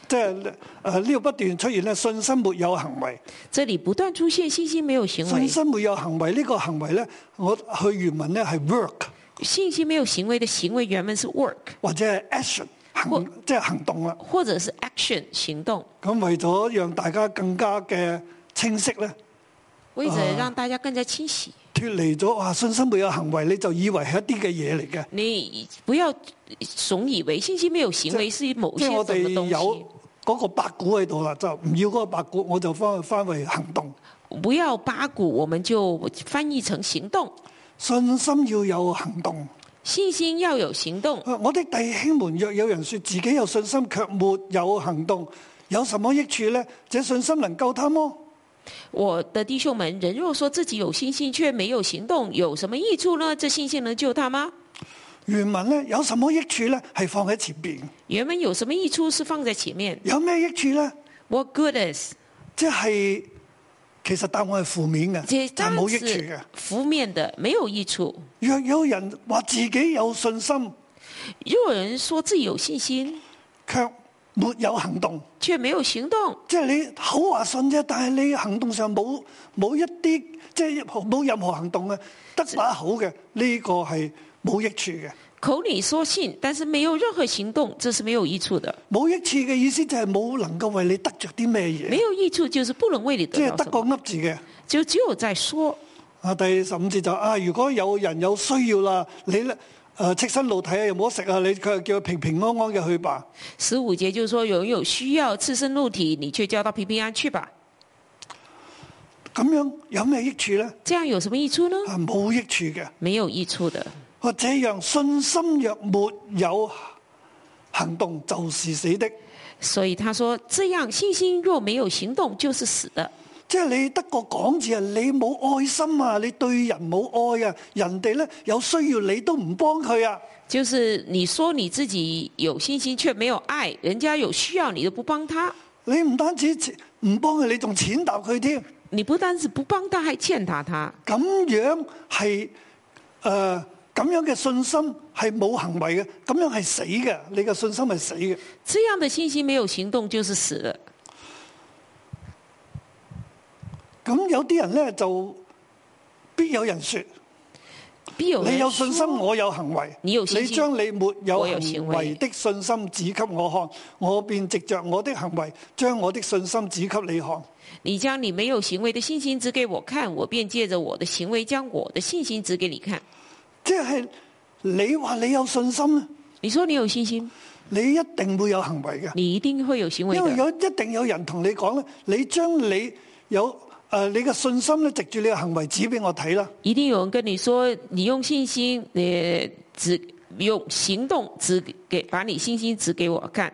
Speaker 2: 即係誒呢度不斷出現咧信心沒有行為，
Speaker 3: 这里不断出现信心没有行为
Speaker 2: 信，心沒有行為呢、個行為咧，我去原文咧係 work
Speaker 3: 信心没有行为的行为原文是 work，
Speaker 2: 或者係 action
Speaker 3: 或
Speaker 2: 行即係行動啦。
Speaker 3: 或者是 action 行动。
Speaker 2: 咁為咗讓大家更加嘅清晰咧，
Speaker 3: 为了让大家更加清晰，
Speaker 2: 脱離咗哇信心沒有行為，你就以為係一啲嘅嘢嚟嘅。
Speaker 3: 你不要总以为信心没有行为是某
Speaker 2: 即
Speaker 3: 些
Speaker 2: 係我
Speaker 3: 什
Speaker 2: 哋
Speaker 3: 么东西
Speaker 2: 有。嗰個白股喺度啦，就唔要嗰個白股，我就翻去翻為行動。
Speaker 3: 不要八股，我们就翻译成行动。
Speaker 2: 信心要有行動。
Speaker 3: 信心要有行动。
Speaker 2: 啊我的弟兄們，若有人說自己有信心，卻沒有行動，有什麼益處呢？這信心能救他麼？
Speaker 3: 我的弟兄们，人若说自己有信心却没有行动，有什么益处呢？这信心能救他吗？
Speaker 2: 原文呢，有什麼益處呢？係放喺前邊。
Speaker 3: 原本有什么益处是放在前面
Speaker 2: 有咩益處呢？
Speaker 3: ，What good is？
Speaker 2: 即係其實答案係負面
Speaker 3: 这
Speaker 2: 嘅，但
Speaker 3: 当
Speaker 2: 冇益處嘅
Speaker 3: 是。负面的，没有益处。
Speaker 2: 若有人話自己有信心，
Speaker 3: 若有人说自己有信心
Speaker 2: 卻沒有行動。
Speaker 3: 却没有行动，
Speaker 2: 即係你口話信啫，但係你行動上冇冇一啲即係冇任何行動嘅，得把口嘅呢、個係冇益處嘅。
Speaker 3: 口里说信，但是没有任何行动，这是没有益处的。
Speaker 2: 冇益處嘅意思就係冇能夠為你得着啲咩
Speaker 3: 没
Speaker 2: 嘢，
Speaker 3: 有益处就是不能为你
Speaker 2: 即係
Speaker 3: 得到
Speaker 2: 得
Speaker 3: 什
Speaker 2: 個
Speaker 3: 么，
Speaker 2: 噏字嘅。
Speaker 3: 就只有在说。
Speaker 2: 啊，第十五節就啊，如果有人有需要啦，你咧誒赤身露體啊，又冇得食啊，你佢叫佢平平安安嘅去吧。
Speaker 3: 十五节就是说，有人有需要赤身露体，你却叫他平平安去吧，
Speaker 2: 咁樣有咩益處呢？
Speaker 3: 这样有什么益处呢？
Speaker 2: 啊，冇益處嘅。
Speaker 3: 没有益处的。
Speaker 2: 或者讓信心若沒有行動，就是死的。
Speaker 3: 所以他说，这样信心若没有行动，就是死的。
Speaker 2: 即係你得個講字啊，你冇愛心啊，你對人冇愛啊，人哋咧有需要你都唔幫佢啊，
Speaker 3: 就是你说你自己有信心，却没有爱，人家有需要你都不帮他，
Speaker 2: 你唔單止唔幫佢，你仲踐踏佢添，
Speaker 3: 你不单是不帮他，还践踏他。
Speaker 2: 咁樣係誒咁樣嘅信心係冇行為嘅，咁樣係死嘅，你嘅信心係死嘅。
Speaker 3: 这样的信心没有行动就是死的。
Speaker 2: 咁有啲人咧就必有人説：
Speaker 3: 必有人
Speaker 2: 你有信心，
Speaker 3: 说
Speaker 2: 我有行為。
Speaker 3: 你有信
Speaker 2: 你
Speaker 3: 心
Speaker 2: 將你沒有
Speaker 3: 我有行
Speaker 2: 行
Speaker 3: 為
Speaker 2: 為的信心指給我看，我便藉着我的行為將我的信心指給你看。
Speaker 3: 你将你没有行为的信心指给我看，我便借着我的行为将我的信心指给你看。
Speaker 2: 即係你話你有信心咧，
Speaker 3: 你说你有信心，
Speaker 2: 你一定會有行為嘅，
Speaker 3: 你一定会有行为
Speaker 2: 因為
Speaker 3: 的，
Speaker 2: 有一定有人同你講咧，你將你有誒、呃你嘅信心咧，藉住你嘅行為指俾我睇啦。
Speaker 3: 一定有人跟你说，你用信心，呃，指用行动指给把你信心指给我看，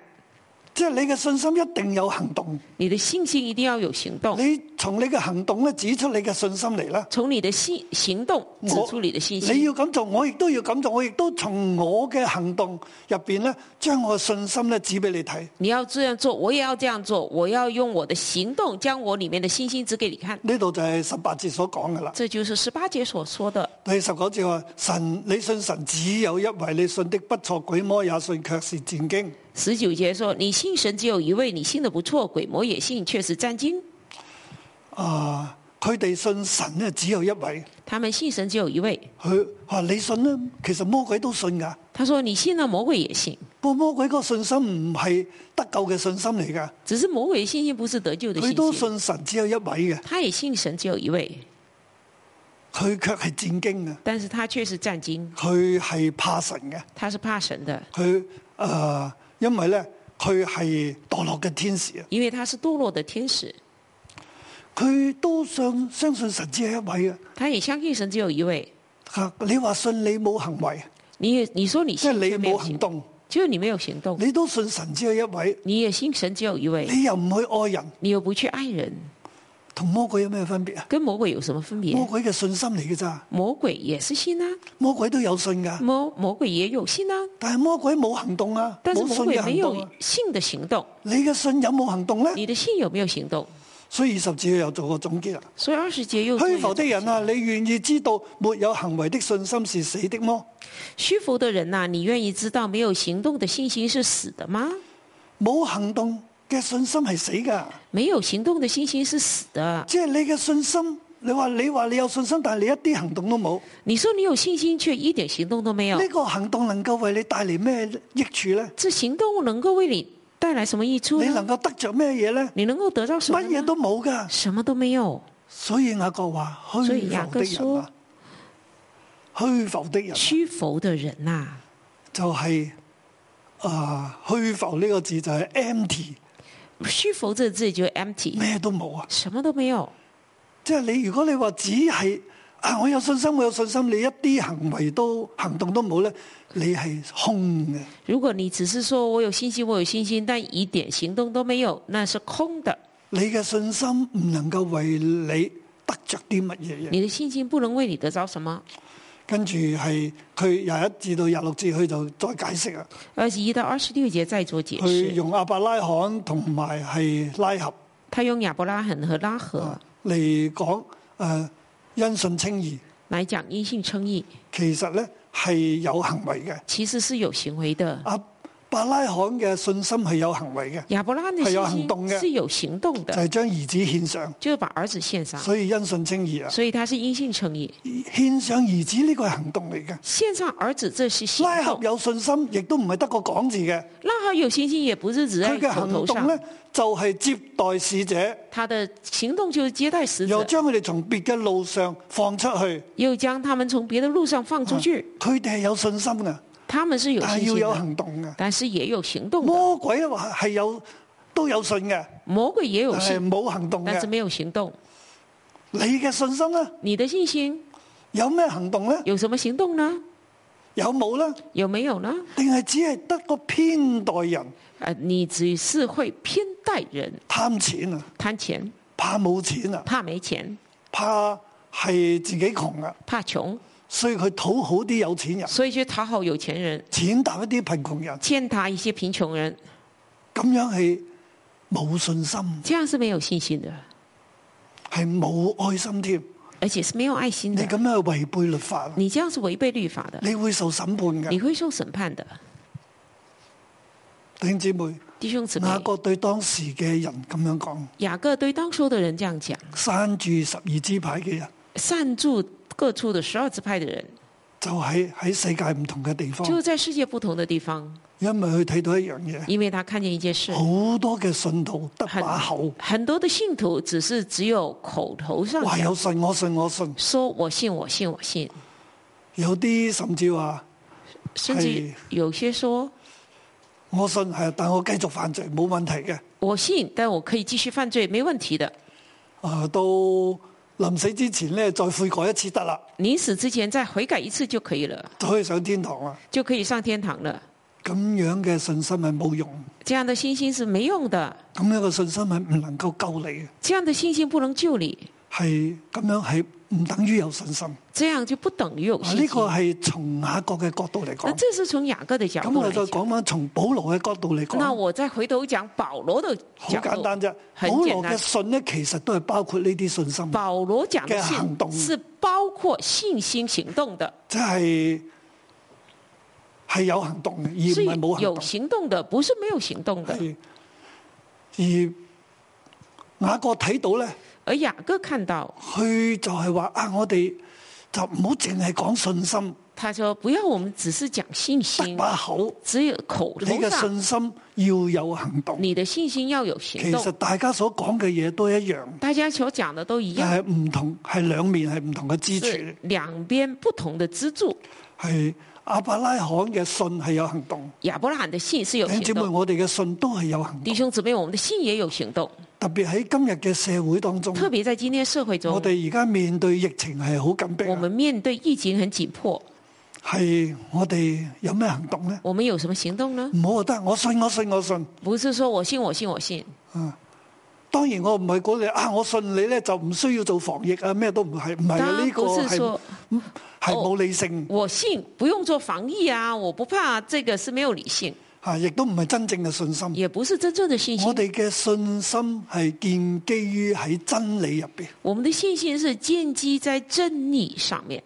Speaker 2: 即係你嘅信心一定有行動，
Speaker 3: 你的信心一定要有行动，
Speaker 2: 你從你嘅行動咧指出你嘅信心嚟啦。
Speaker 3: 从你的信行动
Speaker 2: 我
Speaker 3: 指出你的信
Speaker 2: 你
Speaker 3: 心。
Speaker 2: 要咁做，我亦都要咁做，我亦都從我嘅行動入邊咧，將我嘅信心咧指俾你睇。
Speaker 3: 你要这样做，我也要这样做，我要用我的行动将我里面的信心指给你看。
Speaker 2: 呢度就係十八節所講噶啦。
Speaker 3: 这就是十八节所说的。
Speaker 2: 第十九節話：神，你信神只有一位，你信的不錯，鬼魔也信，卻是戰經。
Speaker 3: 十九节说：“你信神只有一位，你信的不错，鬼魔也信，确实占经。
Speaker 2: 啊，佢哋信神咧只有一位，
Speaker 3: 他们信神只有一位。
Speaker 2: 佢話你信咧，其實魔鬼都信噶，
Speaker 3: 他说：你信了，魔鬼也信。
Speaker 2: 不過魔鬼嗰個信心唔係得救嘅信心嚟噶，
Speaker 3: 只是魔鬼的信心不是得救的信
Speaker 2: 佢都
Speaker 3: 心，
Speaker 2: 信神只有一位嘅，
Speaker 3: 他也信神只有一位，
Speaker 2: 佢卻係戰經嘅，
Speaker 3: 但是他却是占经，
Speaker 2: 佢係怕神嘅，
Speaker 3: 他是怕神的，
Speaker 2: 佢啊、呃因為咧佢係墮落嘅天使啊，
Speaker 3: 因为他是堕落的天使，
Speaker 2: 佢都相相信神只有一位啊。
Speaker 3: 他也相信神只有一位。
Speaker 2: 啊你話信你冇行為，
Speaker 3: 你也你说你
Speaker 2: 即係
Speaker 3: 信
Speaker 2: 你
Speaker 3: 却没
Speaker 2: 冇
Speaker 3: 有
Speaker 2: 行
Speaker 3: 行，
Speaker 2: 動，
Speaker 3: 就是你没有行动，
Speaker 2: 你都信神只有一位，
Speaker 3: 你也信神只有一位，
Speaker 2: 你又唔去愛人，
Speaker 3: 你又不去爱人，
Speaker 2: 同魔鬼有咩分別啊？
Speaker 3: 跟魔鬼有什么分别？
Speaker 2: 魔鬼嘅信心嚟嘅咋，
Speaker 3: 魔鬼也是信啊，
Speaker 2: 魔鬼都有信噶，
Speaker 3: 魔魔鬼也有信啊，
Speaker 2: 但係魔鬼冇行動啊，
Speaker 3: 但是
Speaker 2: 冇
Speaker 3: 魔
Speaker 2: 信
Speaker 3: 鬼
Speaker 2: 嘅
Speaker 3: 没
Speaker 2: 行動啊
Speaker 3: 有。信的行 动。
Speaker 2: 你嘅信有冇行動咧？
Speaker 3: 你的信有没有行动？
Speaker 2: 所以二十節又做個總結啦。
Speaker 3: 所以二十节又做一
Speaker 2: 虛
Speaker 3: 个
Speaker 2: 浮的人
Speaker 3: 总结
Speaker 2: 啊，你願意知道沒有行為的信心是死的麼？
Speaker 3: 虚浮的人呐、你愿意知道没有行动的信心是死的吗？
Speaker 2: 冇行動嘅信心係死㗎，
Speaker 3: 没有行动的信心是死的。
Speaker 2: 即係你嘅信心。你話你話你有信心，但係你一啲行動都冇。
Speaker 3: 你说你有信心，却一点行动都没有
Speaker 2: 呢、，個行動能夠為你帶嚟咩益處呢？
Speaker 3: 这行动能够为你带来什么益处
Speaker 2: 你能
Speaker 3: 呢？
Speaker 2: 夠得着咩嘢呢？
Speaker 3: 你能够得到什么
Speaker 2: 乜嘢
Speaker 3: 呢？
Speaker 2: 都冇㗎。
Speaker 3: 什么都没有。
Speaker 2: 所以雅各話：虛
Speaker 3: 所以雅
Speaker 2: 浮
Speaker 3: 各
Speaker 2: 的人啊，虛浮的人啊
Speaker 3: 虚浮的人呐、
Speaker 2: 就係、啊、虛浮呢個字就係 empty，
Speaker 3: 虚浮这字就 empty，
Speaker 2: 咩都冇啊！
Speaker 3: 什么都没有。
Speaker 2: 即係你如果你話只係啊，我有信心，我有信心，你一啲行為都行動都冇咧，你係空嘅。
Speaker 3: 如果你只是说我有信心，我有信心，但一点行动都没有，那是空的。
Speaker 2: 你嘅信心唔能夠為你得着啲乜嘢嘢。
Speaker 3: 你的信心不能为你得着什么。
Speaker 2: 跟住係佢廿一至到廿六節，佢就再解釋啊。
Speaker 3: 二十一到二十六节再做解
Speaker 2: 佢
Speaker 3: 释。
Speaker 2: 用亞伯拉罕同埋係拉合。
Speaker 3: 他用亚伯拉罕和拉
Speaker 2: 啊
Speaker 3: 合
Speaker 2: 嚟講誒因信稱義，
Speaker 3: 来讲因信称义，
Speaker 2: 其實咧係有行為嘅。
Speaker 3: 其实是有行为的。
Speaker 2: 阿伯拉罕嘅信心係有行為嘅，
Speaker 3: 亚伯拉罕的
Speaker 2: 是有
Speaker 3: 信
Speaker 2: 行动
Speaker 3: 心
Speaker 2: 的
Speaker 3: 是有行动
Speaker 2: 就係、
Speaker 3: 的，
Speaker 2: 將兒子獻上，
Speaker 3: 就是把儿子献上，
Speaker 2: 所以因信稱義啊。
Speaker 3: 所以他是因信称义。
Speaker 2: 獻上兒子呢個係行動嚟嘅。
Speaker 3: 献上儿子这是行
Speaker 2: 拉合
Speaker 3: 动。
Speaker 2: 有信心，亦都唔係得個講字嘅，
Speaker 3: 拉合有信心也不是只在
Speaker 2: 佢嘅
Speaker 3: 口
Speaker 2: 行
Speaker 3: 头
Speaker 2: 動咧
Speaker 3: 上，
Speaker 2: 就係接待使者，
Speaker 3: 他的行动就是接待使
Speaker 2: 又
Speaker 3: 者，
Speaker 2: 將佢哋從別嘅路上放出去。
Speaker 3: 又将他们从别的路上放出去。
Speaker 2: 佢哋係有信心嘅，
Speaker 3: 他们是有
Speaker 2: 但係
Speaker 3: 信
Speaker 2: 要
Speaker 3: 心
Speaker 2: 啊有
Speaker 3: 的，
Speaker 2: 行動嘅。
Speaker 3: 但是也有行动的。
Speaker 2: 魔鬼話係有都有信嘅，
Speaker 3: 魔鬼也有
Speaker 2: 但係
Speaker 3: 信，
Speaker 2: 冇行動
Speaker 3: 但
Speaker 2: 嘅
Speaker 3: 是。没有行动。
Speaker 2: 你嘅信心咧，
Speaker 3: 你的信心
Speaker 2: 有咩行動咧？
Speaker 3: 有什么行动呢？
Speaker 2: 有冇咧？
Speaker 3: 有没有呢？
Speaker 2: 定係只係得個偏待人
Speaker 3: 呃，你只是会偏待人，
Speaker 2: 貪錢啊，
Speaker 3: 贪钱，
Speaker 2: 怕冇錢啊，
Speaker 3: 怕没钱，
Speaker 2: 怕係自己窮啊，
Speaker 3: 怕穷，
Speaker 2: 所以佢討好啲有錢人，
Speaker 3: 所以去討好有钱人，
Speaker 2: 踐踏一啲貧窮人，
Speaker 3: 践踏一些贫穷人，
Speaker 2: 咁樣係冇信心，
Speaker 3: 这样是没有信心的，
Speaker 2: 係冇愛心添。
Speaker 3: 而且是没有爱心
Speaker 2: 你
Speaker 3: 的。
Speaker 2: 咁樣去違背律法，
Speaker 3: 你这样是违背律法的，
Speaker 2: 你會受審判
Speaker 3: 嗯你
Speaker 2: 嘅。
Speaker 3: 会受审判的，
Speaker 2: 弟兄姊妹，
Speaker 3: 弟兄姊妹。
Speaker 2: 雅各對當時嘅人咁樣講：
Speaker 3: 雅各对当初的人这样讲：
Speaker 2: 山住十二支牌嘅人，
Speaker 3: 散住各处的十二支派的人，
Speaker 2: 就喺喺世界唔同嘅地方，
Speaker 3: 就是在世界不同的地方，
Speaker 2: 因為佢睇到一樣嘢。
Speaker 3: 因为他看见一件事，
Speaker 2: 好多嘅信徒得把口，
Speaker 3: 很多的信徒只是只有口头上
Speaker 2: 話
Speaker 3: 讲
Speaker 2: 有信我信我信，
Speaker 3: 说我信我信我信，
Speaker 2: 有啲甚至話
Speaker 3: 甚至
Speaker 2: 是
Speaker 3: 有些说
Speaker 2: 我信係，但我繼續犯罪冇問題嘅。
Speaker 3: 我信，但我可以继续犯罪，没问题的。
Speaker 2: 啊，到臨死之前咧，再悔改一次得啦，
Speaker 3: 临死之前再悔改一次就可以了，
Speaker 2: 就可以上天堂啦。
Speaker 3: 就可以上天堂了。
Speaker 2: 咁樣嘅信心係冇用，
Speaker 3: 这样的信心是没用的，
Speaker 2: 咁樣嘅信心係唔能夠救你嘅，
Speaker 3: 这样的信心不能救你，
Speaker 2: 係咁樣係唔等於有信心。啊
Speaker 3: 这样就不等于有信
Speaker 2: 呢
Speaker 3: 心。
Speaker 2: 個係從雅各嘅角度嚟
Speaker 3: 那
Speaker 2: 講，
Speaker 3: 这是从雅各的角
Speaker 2: 咁
Speaker 3: 度
Speaker 2: 我
Speaker 3: 来
Speaker 2: 再
Speaker 3: 讲。
Speaker 2: 講翻從保羅嘅角度嚟
Speaker 3: 那
Speaker 2: 講，
Speaker 3: 我再回头讲保罗的
Speaker 2: 好
Speaker 3: 角
Speaker 2: 簡
Speaker 3: 度，
Speaker 2: 單啫。
Speaker 3: 很
Speaker 2: 保
Speaker 3: 简
Speaker 2: 羅嘅
Speaker 3: 单。
Speaker 2: 信咧，其實都係包括呢啲信心。
Speaker 3: 保罗讲的
Speaker 2: 嘅行動
Speaker 3: 信是包括信心行动的，
Speaker 2: 即係係有行動嘅，而唔
Speaker 3: 是
Speaker 2: 係冇行
Speaker 3: 有
Speaker 2: 動。
Speaker 3: 行動的，不是没有行動的。
Speaker 2: 係而雅各睇到咧，
Speaker 3: 而雅各看到，
Speaker 2: 佢就係話啊，我哋就唔好淨係講信心，
Speaker 3: 他说：“不要我们只是讲信
Speaker 2: 得
Speaker 3: 心，
Speaker 2: 把口，
Speaker 3: 只有口
Speaker 2: 你
Speaker 3: 头
Speaker 2: 嘅
Speaker 3: 上，
Speaker 2: 信心要有行動。
Speaker 3: 你的信心要有
Speaker 2: 其
Speaker 3: 行
Speaker 2: 實
Speaker 3: 動。
Speaker 2: 大家所講嘅嘢都一樣，
Speaker 3: 大家所讲的都一样，
Speaker 2: 但係唔同，係兩面係唔同嘅支
Speaker 3: 是
Speaker 2: 柱。
Speaker 3: 两边不同的支柱。
Speaker 2: 係亞伯拉罕嘅信係有行動，
Speaker 3: 亚伯拉罕的信是有
Speaker 2: 弟兄姊
Speaker 3: 行
Speaker 2: 妹，
Speaker 3: 動，
Speaker 2: 我哋嘅信都係有行
Speaker 3: 弟
Speaker 2: 動。
Speaker 3: 兄姊妹，我们的信也有行動。
Speaker 2: 特別喺今日嘅社會當中。
Speaker 3: 特別在今天社會中
Speaker 2: 我，哋而家面對疫情係好緊迫
Speaker 3: 我
Speaker 2: 啊，
Speaker 3: 們面對疫情很緊迫，
Speaker 2: 係我哋有咩行動呢？
Speaker 3: 我們有
Speaker 2: 嗯
Speaker 3: 什么行動呢？
Speaker 2: 唔好覺得我信我信我信
Speaker 3: 不是说我信我信我信，
Speaker 2: 啊！當然我唔係鼓勵啊，我信你咧就唔需要做防疫啊，咩都唔係，唔係啊
Speaker 3: 他
Speaker 2: 呢個
Speaker 3: 不是
Speaker 2: 係
Speaker 3: 说
Speaker 2: 係冇理性
Speaker 3: 我信不用做防疫啊，我不怕，这个是没有理性，
Speaker 2: 嚇，亦都唔係真正嘅信心。
Speaker 3: 也不是真正的信
Speaker 2: 我
Speaker 3: 心。
Speaker 2: 哋嘅信心係建基於喺真理入邊。
Speaker 3: 我们的信心是建基在真理上面，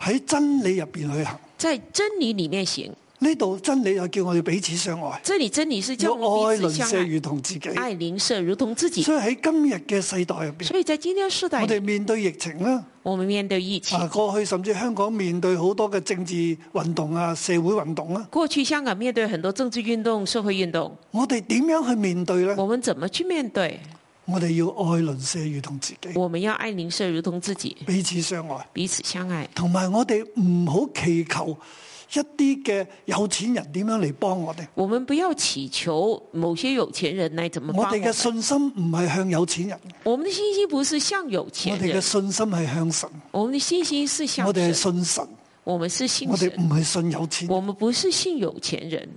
Speaker 2: 喺真理入邊去行。
Speaker 3: 在真理里面行。
Speaker 2: 呢度真理又叫我哋彼此相愛，
Speaker 3: 这里真理是叫
Speaker 2: 要
Speaker 3: 我
Speaker 2: 愛
Speaker 3: 们
Speaker 2: 鄰
Speaker 3: 彼此相
Speaker 2: 舍
Speaker 3: 爱，
Speaker 2: 如同自己。
Speaker 3: 爱邻舍如同自己。
Speaker 2: 所以喺今日嘅世代入邊，
Speaker 3: 所以在今天世代
Speaker 2: 我哋
Speaker 3: 里，
Speaker 2: 面對疫情啦，
Speaker 3: 我们面对疫情
Speaker 2: 啊，，過去甚至香港面對好多嘅政治運動啊、社會運動啦，
Speaker 3: 过去香港面对很多政治运动、社会运动，
Speaker 2: 我哋點樣去面對呢？
Speaker 3: 我们怎么去面对？
Speaker 2: 我哋要愛鄰舍如同自己，
Speaker 3: 我们要爱邻舍如同自己，
Speaker 2: 彼此相愛，
Speaker 3: 彼此相爱。
Speaker 2: 同埋我哋唔好祈求一啲嘅有錢人點樣嚟幫我哋。
Speaker 3: 我们不要祈求某些有钱人来怎么
Speaker 2: 我
Speaker 3: 帮我
Speaker 2: 哋嘅
Speaker 3: 们，
Speaker 2: 信心唔係向有錢人，
Speaker 3: 我们的信心不是向有
Speaker 2: 我
Speaker 3: 钱
Speaker 2: 哋嘅
Speaker 3: 人，
Speaker 2: 信心係向神，
Speaker 3: 我们的信心是向
Speaker 2: 我哋係
Speaker 3: 神，
Speaker 2: 信神，
Speaker 3: 我们是信
Speaker 2: 我哋
Speaker 3: 神，
Speaker 2: 唔係信有錢人
Speaker 3: 我们不是信有钱人，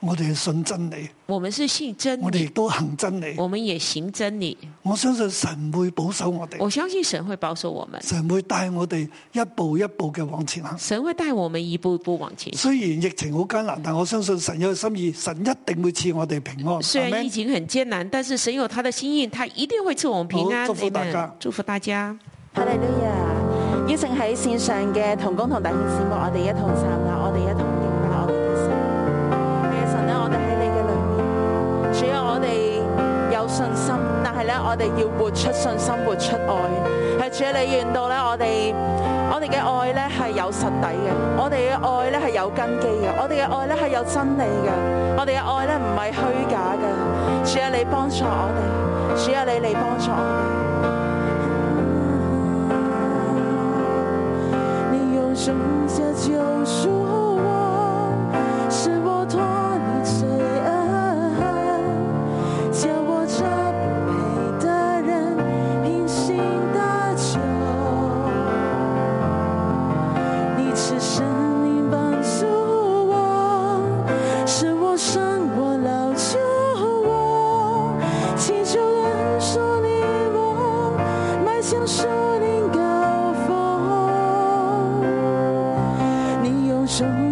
Speaker 2: 我哋係信真理，
Speaker 3: 我们是信真
Speaker 2: 我哋亦
Speaker 3: 理，
Speaker 2: 都行真理。
Speaker 3: 我們也行真理。
Speaker 2: 我相信神會保守我哋，
Speaker 3: 我相信神会保守我们，
Speaker 2: 神會帶我哋一步一步嘅往前行。
Speaker 3: 神会带我们一步一步往前行。
Speaker 2: 雖然疫情好艱難，但我相信神有心意，神一定會賜我哋平安。
Speaker 3: 虽然疫
Speaker 2: Amen
Speaker 3: 情很艰难，但是神有他的心意，他一定会赐我们平安。
Speaker 2: 好祝福大家
Speaker 3: Amen 祝福大家。
Speaker 4: 哈利路亞！邀請喺線上嘅同工同弟兄姊妹，我哋一同站立，我哋一同敬拜我哋嘅神。嘅神咧，我哋喺你嘅裏面，主啊，我哋有信心，但係咧，我哋要活出信心，活出愛。係主啊，你願到咧，我哋我哋嘅愛咧係有實底嘅，我哋嘅愛咧係有根基嘅，我哋嘅愛咧係有真理嘅，我哋嘅愛咧唔係虛假嘅。主啊，你幫助我哋，主啊，你嚟幫助我哋。你用圣洁救赎我，使我脱离罪恶，叫我这卑微的人平行得救。你赐神灵帮助我，使我胜过老旧我，祈求人说你我迈向属灵高峰。你用圣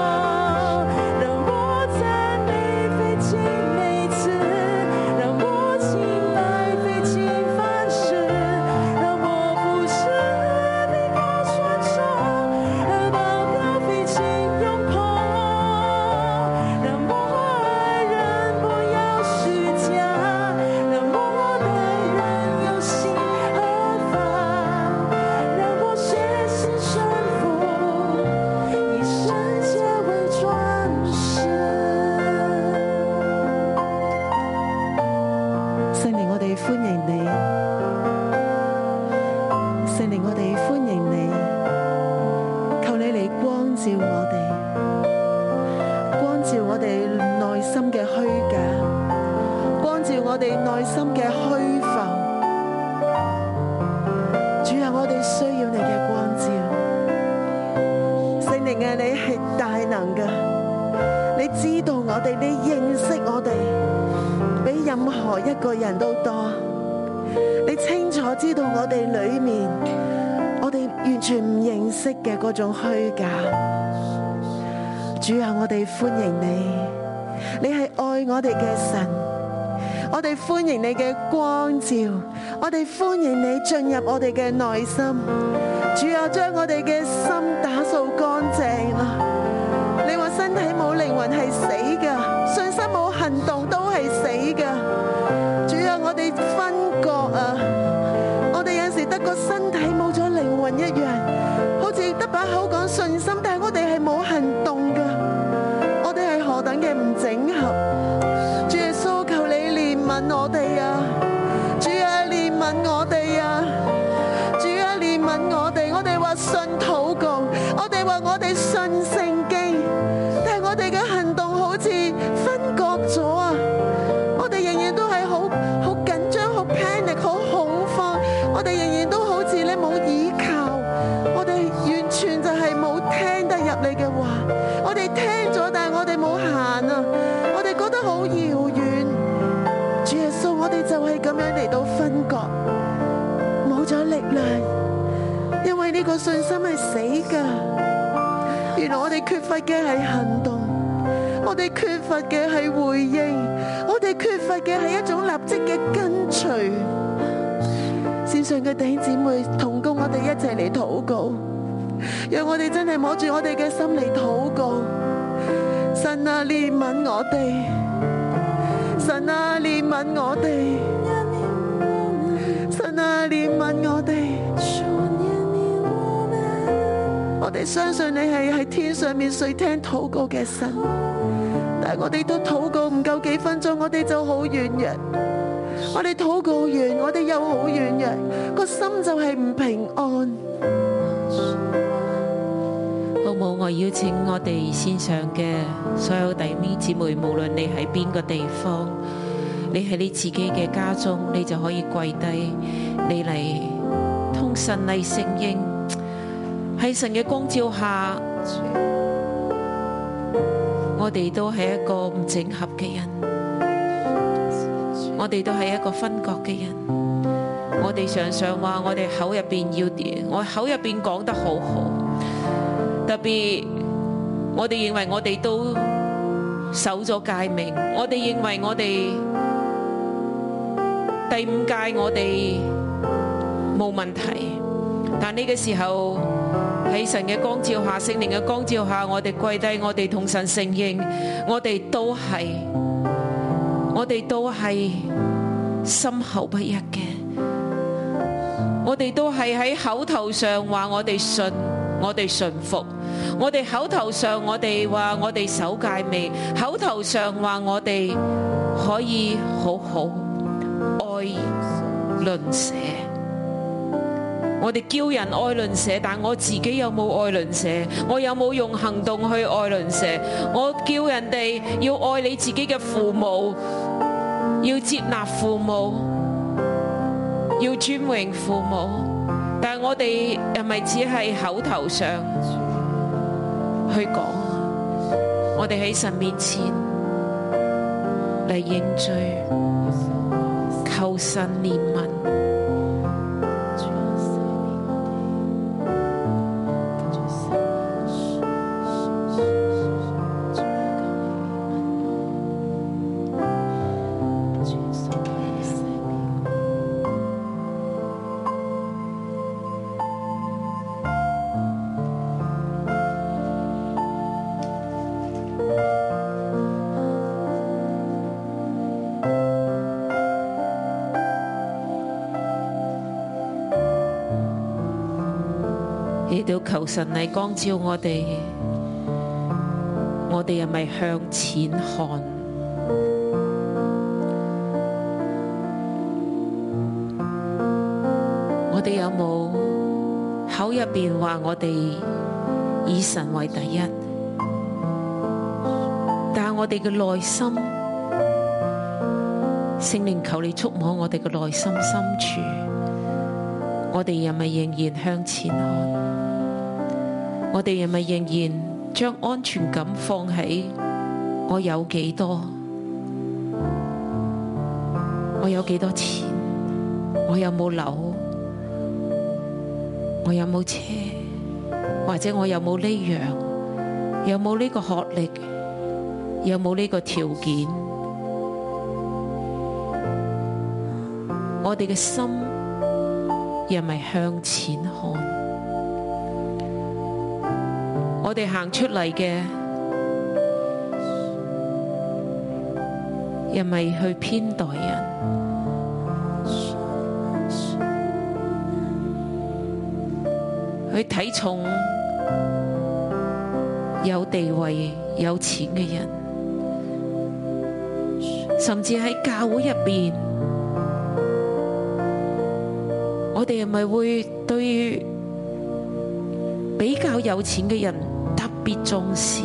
Speaker 5: 让我赞美飞进每次，让我敬拜飞进凡事，让我不是你高双手，而抱到飞进拥抱，让我爱人不要虚假，让我待人有心而发，让我学习顺服。以圣洁为装饰。
Speaker 4: 圣灵，我哋欢迎你。圣灵，我哋欢迎你。求你嚟光照我哋，光照我哋内心嘅虚假，光照我哋内心嘅虚浮。主啊，我哋需要你嘅光照。圣灵啊，你系大能嘅，你知道我哋，你认识我哋。比任何一個人都多。你清楚知道我哋裏面，我哋完全唔認識嘅嗰種虛假。主啊，我哋歡迎你，你係愛我哋嘅神。我哋歡迎你嘅光照，我哋歡迎你進入我哋嘅內心。主啊，將我哋嘅心打掃乾淨啦。你話身體冇靈魂係死嘅，信心冇行動都係死嘅。主啊，我哋分割啊，我哋有時得個身體冇咗靈魂一樣，好似得把口講信心，但係我哋係冇行動嘅，我哋係何等嘅唔整合。主耶穌，求你憐憫我哋啊！主啊，憐憫我哋啊！主啊，怜悯我哋，我哋话信祷告，我哋话我哋信圣经，但系我哋嘅行动好似分割咗啊！我哋仍然都系好好紧张、好 panic、好恐慌，我哋仍然都好似咧冇依靠，我哋完全就系冇听得入你嘅话，我哋听咗，但系我哋冇行啊！我哋觉得好遥远，主耶稣，我哋就系咁样嚟到分割。冇咗力量，因为呢个信心系死噶。原来我哋缺乏嘅系行动，我哋缺乏嘅系回应，我哋缺乏嘅系一种立即嘅跟随。线上嘅弟兄姊妹同工，我哋一齐嚟祷告，让我哋真系摸住我哋嘅心嚟祷告。神啊，怜悯我哋！神啊，怜悯我哋！神啊，怜悯我哋。啊我哋相信你系喺天上面垂听祷告嘅神，但系我哋都祷告唔够几分钟，我哋就好软弱。我哋祷告完，我哋又好软弱，个心就系唔平安。
Speaker 3: 好冇？我邀請我哋線上嘅所有弟兄姊妹，無論你喺邊個地方，你喺你自己嘅家中，你就可以跪低，你嚟通神嚟承認。喺神嘅光照下，我哋都係一個唔整合嘅人，我哋都係一個分割嘅人。我哋常常話，我哋口入边要點，我口入边講得好好。特別我哋認為我哋都守咗戒命，我哋認為我哋第五戒我哋冇問題，但呢個時候喺神嘅光照下、聖靈嘅光照下，我哋跪低，我哋同神承認，我哋都係，我哋都係心口不一嘅。我哋都係喺口頭上話我哋信，我哋信服；我哋口頭上我哋話我哋守戒未，口頭上話我哋可以好好愛鄰舍。我哋叫人愛鄰舍，但我自己有冇愛鄰舍？我有冇用行動去愛鄰舍？我叫人哋要愛你自己嘅父母，要接納父母。要尊榮父母，但系我哋係咪只係口頭上去講？我哋喺神面前嚟認罪，求神憐憫，呢度求神嚟光照我哋，我哋係咪向前看？我哋有冇口入邊話我哋以神為第一？但係我哋嘅內心，聖靈求你觸摸我哋嘅內心深處，我哋係咪仍然向前看？我哋係咪仍然將安全感放喺我有幾多？我有幾多錢？我有冇樓？我有冇車？或者我有冇呢樣？有冇呢個學歷？有冇呢個條件？我哋嘅心又咪向前看？我哋行出嚟嘅，又咪去偏待人。去睇重有地位、有錢嘅人，甚至喺教會入邊，我哋係咪會對比較有錢嘅人特別重視。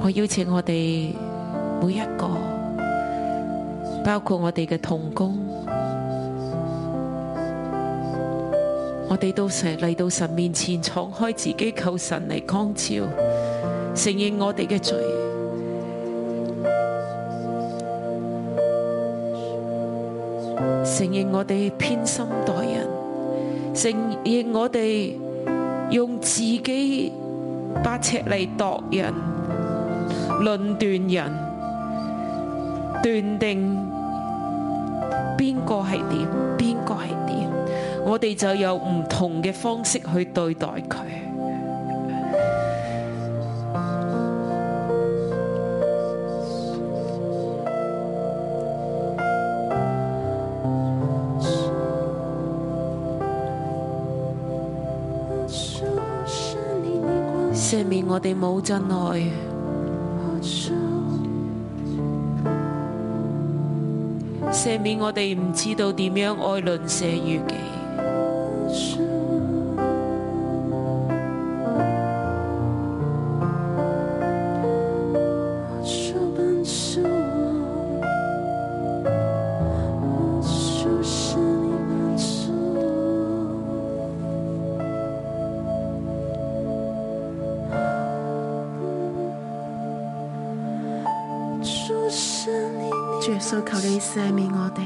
Speaker 3: 我邀請我哋每一個，包括我哋嘅童工，我哋都成日嚟到神面前，敞開自己，求神嚟光照，承認我哋嘅罪。承認我哋偏心待人，承認我哋用自己八尺嚟度人、論斷人、斷定邊個係點，邊個係點，我哋就有唔同嘅方式去對待佢。赦免我哋冇真愛，赦免我哋唔知道點樣愛鄰舍如己。
Speaker 4: 主耶稣，求你赦免我哋。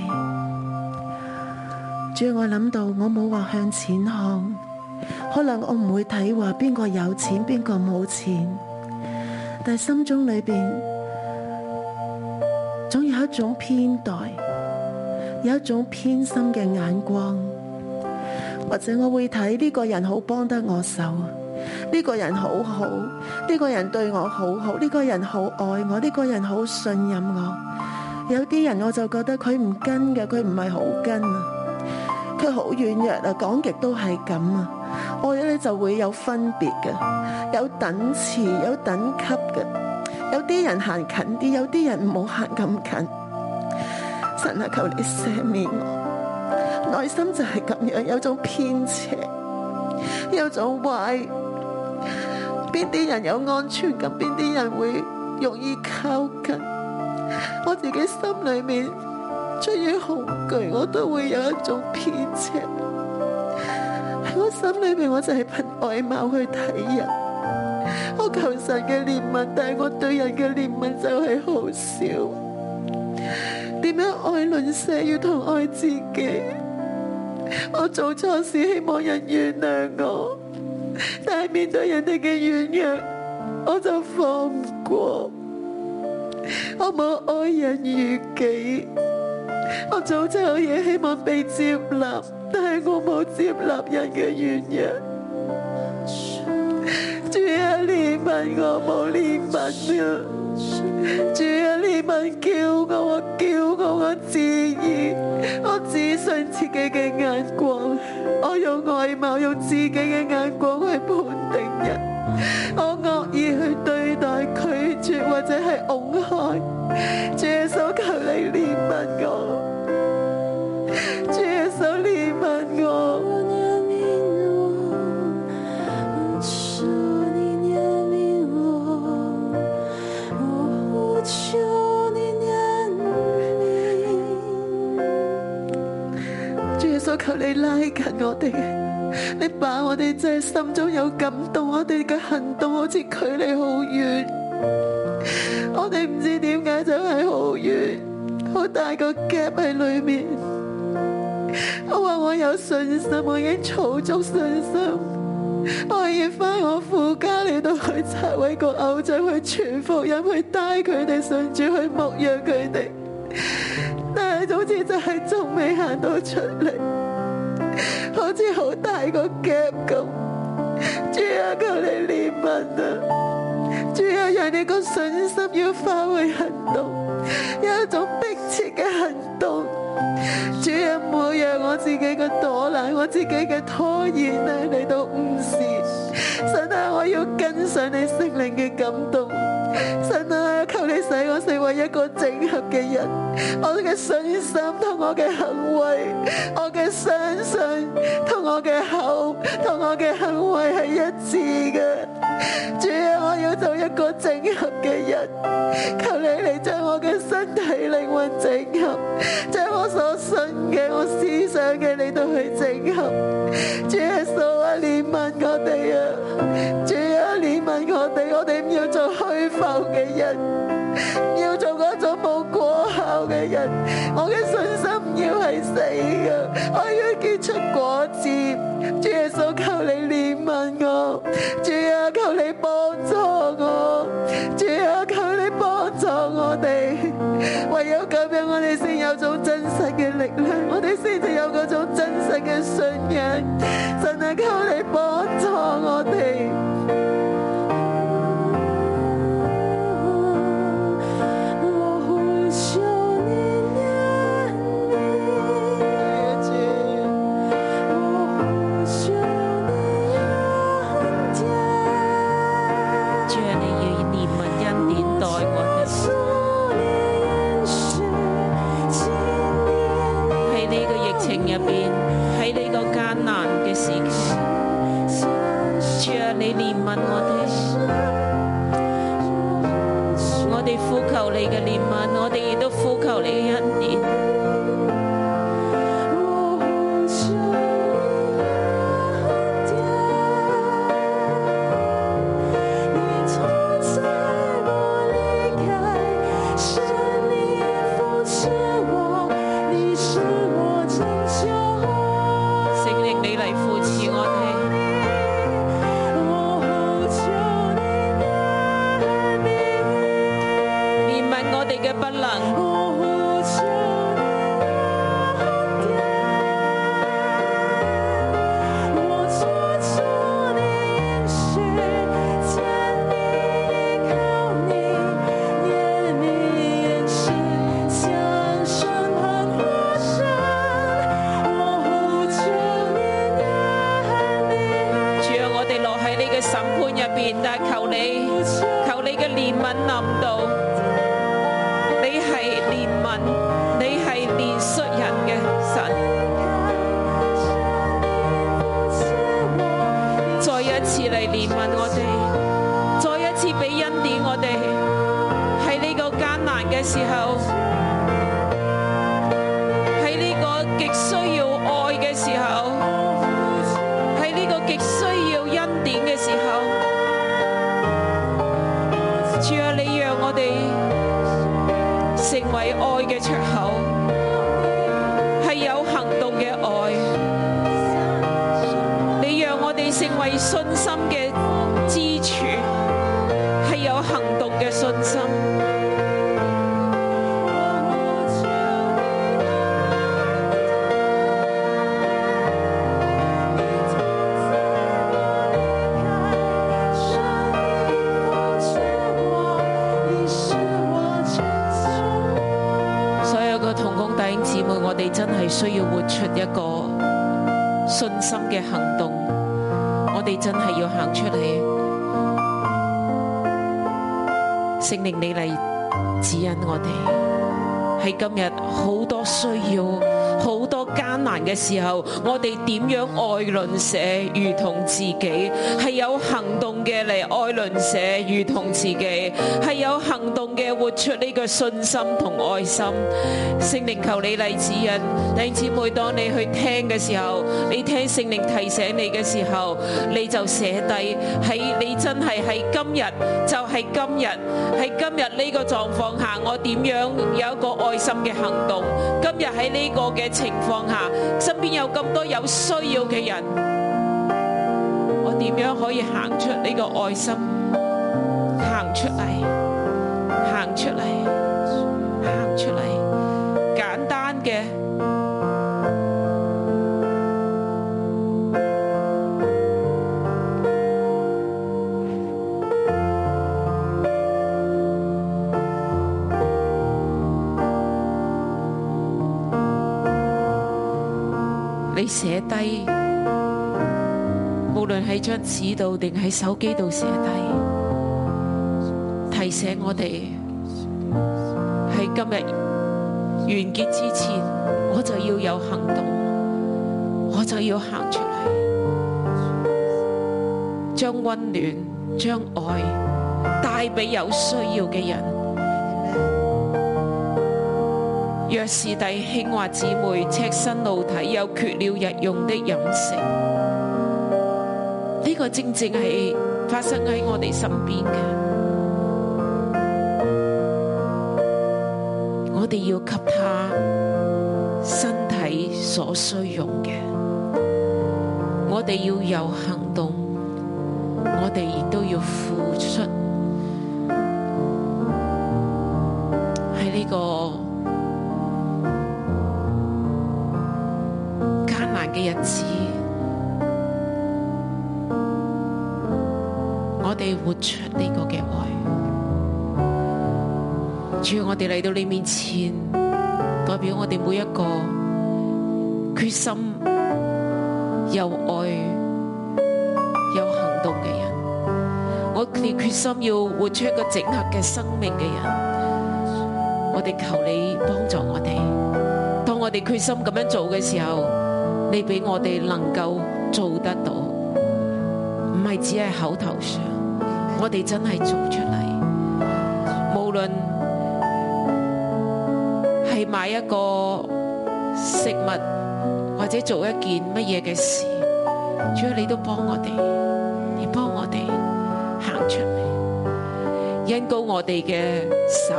Speaker 4: 主啊要我谂到我冇话向钱看，可能我唔会睇话边个有钱，边个冇钱，但系心中里边总有一种偏待，有一种偏心嘅眼光，或者我会睇呢个人好帮得我手。呢個人好好，呢個人對我好好，呢個人好愛我，呢個人好信任我。有啲人我就覺得佢唔跟嘅，佢唔係好跟啊，佢好軟弱啊，講極都係咁啊。愛咧就會有分別嘅，有等次，有等級嘅。有啲人行近啲，有啲人唔好行咁近。神啊，求你赦免我，內心就係咁樣，有種偏斜，有種壞。邊啲人有安全感，邊啲人會容易靠近。我自己心里面出於恐懼，我都會有一種偏斜。喺我心裏面，我就係憑外貌去睇人。我求神嘅憐憫，但係我對人嘅憐憫就係好少。點樣愛鄰舍要同愛自己？我做錯事，希望人原諒我，但係面對人哋嘅軟弱，我就放唔過。我冇愛人如己。我早就有嘢希望被接納，但係我冇接納人嘅軟弱。主啊，憐憫我冇憐憫啊！主啊，憐憫叫我，我叫我，我自義，只信自己嘅眼光，我用外貌、用自己嘅眼光去判定人，我惡意去對待、拒絕或者係恐害。主耶穌，求你憐憫我，主耶穌憐憫我。主耶稣，求你拉近我哋，你把我哋真系心中有感动，我哋嘅行動好似距離好遠，我哋唔知點解就係好遠，好大個 gap 喺裏面。我話我有信心，我已經儲足信心，我要翻我父家嚟到去拆毀個偶像，去傳福音，去帶佢哋信主，去牧養佢哋。但系總之就係仲未行到出嚟，好似好大個 gap 咁。主啊，求你憐憫啊！主啊，讓你個信心要化為行動，有一種迫切嘅行動。主啊，唔好讓我自己嘅躲懶，我自己嘅拖延啊嚟到誤事。神啊，我要跟上你聖靈嘅感動。神啊，求你使我成為一個整合嘅人，我嘅信心同我嘅行為，我嘅相信同我嘅口同我嘅行為係一致嘅。主啊，我要做一個整合嘅人，求你嚟將我嘅身體靈魂整合，將我所信嘅、我思想嘅你都去整合。主耶穌啊，憐憫我哋啊！主啊，憐憫我哋，我哋唔要做虛浮嘅人，唔要做嗰種冇果效嘅人。我嘅信心唔要係死嘅，我要結出果子。主耶穌，求你憐憫我，主啊，求你幫助我，主啊，求你幫助我哋。唯有咁樣，我哋先有種真實嘅力量，我哋先至有嗰種真實嘅信仰。神啊，求你幫助我哋。
Speaker 3: 主啊，你要以怜悯恩典待我哋，喺呢個疫情入邊，喺呢個艱難嘅時期，主啊，你憐憫我哋，我哋呼求你嘅憐憫，我哋亦都呼求你嘅恩典。圣灵你嚟扶持我哋，怜悯我哋嘅不能，主啊，我哋落喺你嘅审判入边，但系求你，求你嘅怜悯临到，你系怜悯，你系怜恤人嘅神。再一次嚟怜悯我哋，再一次俾恩典我哋，喺呢个艰难嘅时候，喺呢个极需要爱嘅时候，喺呢个极需要恩典嘅时候，主啊，你让我哋成为爱嘅出口，系有行动嘅爱。你让我哋成为信心嘅支柱，系有行动嘅信心。我哋真係需要活出一個信心嘅行動。我哋真係要行出嚟。聖靈你嚟指引我哋。喺今日好多需要、好多艱難嘅時候，我哋點樣愛鄰舍如同自己？係有行動嘅嚟愛鄰舍如同自己，係有行動嘅活出呢個信心同愛心。聖靈求你嚟指引，弟兄姊妹，當你去聽嘅時候，你聽聖靈提醒你嘅時候，你就寫低喺你真係喺今日，就係今日，喺今日呢個狀況下，我點樣有一個愛心嘅行動？今日喺呢個嘅情況下，身邊有咁多有需要嘅人，我點樣可以行出呢個愛心？行出嚟，行出嚟，行出嚟。簡單嘅，你寫低，無論喺張紙度定喺手機度寫低，提醒我哋喺今日完結之前，我就要有行動，我就要行出嚟，將温暖、將愛帶俾有需要嘅人。若是弟兄或姊妹赤身露體，又缺了日用的飲食，呢、個正正係發生喺我哋身邊嘅。我哋要給他身體所需用嘅，我哋要有行動，我哋亦都要付出喺呢個艱難嘅日子，我哋活出呢個嘅愛。主，我哋嚟到你面前，代表我哋每一個決心有愛有行動嘅人，我哋決心要活出一個整合嘅生命嘅人，我哋求你幫助我哋。當我哋決心咁樣做嘅時候，你俾我哋能夠做得到，唔係只係口頭上，我哋真係做出嚟，無論。係買一個食物或者做一件乜嘢嘅事，主啊，你都幫我哋，你幫我哋行出嚟，因高我哋嘅手，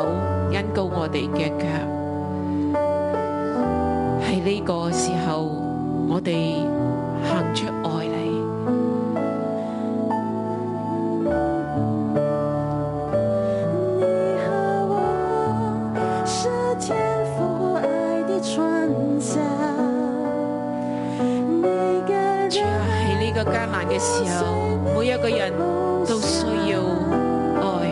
Speaker 3: 因高我哋嘅腳。喺呢個時候，我哋行出愛嚟，
Speaker 4: 你和我是天赋爱的传家，每个
Speaker 3: 主
Speaker 4: 人
Speaker 3: 啊，喺呢個艱難嘅時候，每一個人都需要愛，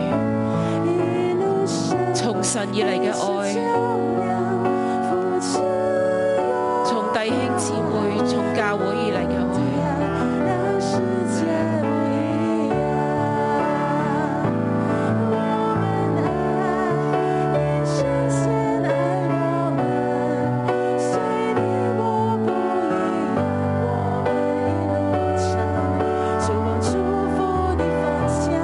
Speaker 4: 一路上
Speaker 3: 從神而嚟嘅
Speaker 4: 是
Speaker 3: 愛。
Speaker 4: 照亮，扶持我
Speaker 3: 從弟兄姊妹、從教會以嚟嘅愛，
Speaker 4: 让世界不一样。我们爱，你深深爱我们，虽你我不一样，我们一路唱，就往祝福的方向。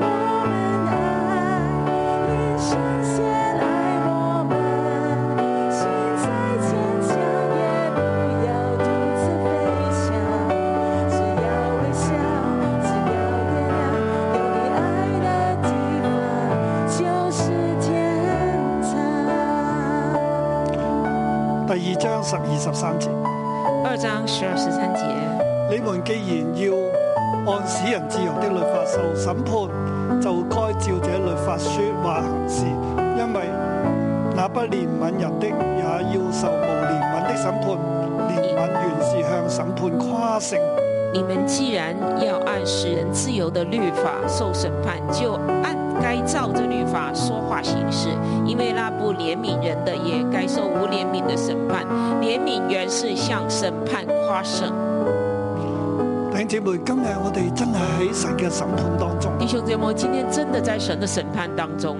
Speaker 4: 我们爱，你深深爱我们，心再坚强也不要独自飞翔。只要微笑，只要原谅，有你爱的地方就是天堂。
Speaker 2: 第二章十二十三節，
Speaker 3: 二章十二十三節，
Speaker 2: 你們既然要按使人自由的律法受審判，就該照這律法說話行事，因為那不憐憫人的也要受無憐憫的審判。憐憫原是向審判誇勝。
Speaker 3: 你們既然要按使人自由的律法受審判，就按该照着律法说话行事，因为那不怜悯人的也该受无怜悯的审判。怜悯原是向审判夸胜。
Speaker 2: 弟兄姊妹，今日我哋真係喺神嘅審判當中，
Speaker 3: 弟兄姐妹，今天真的在神的审判当中，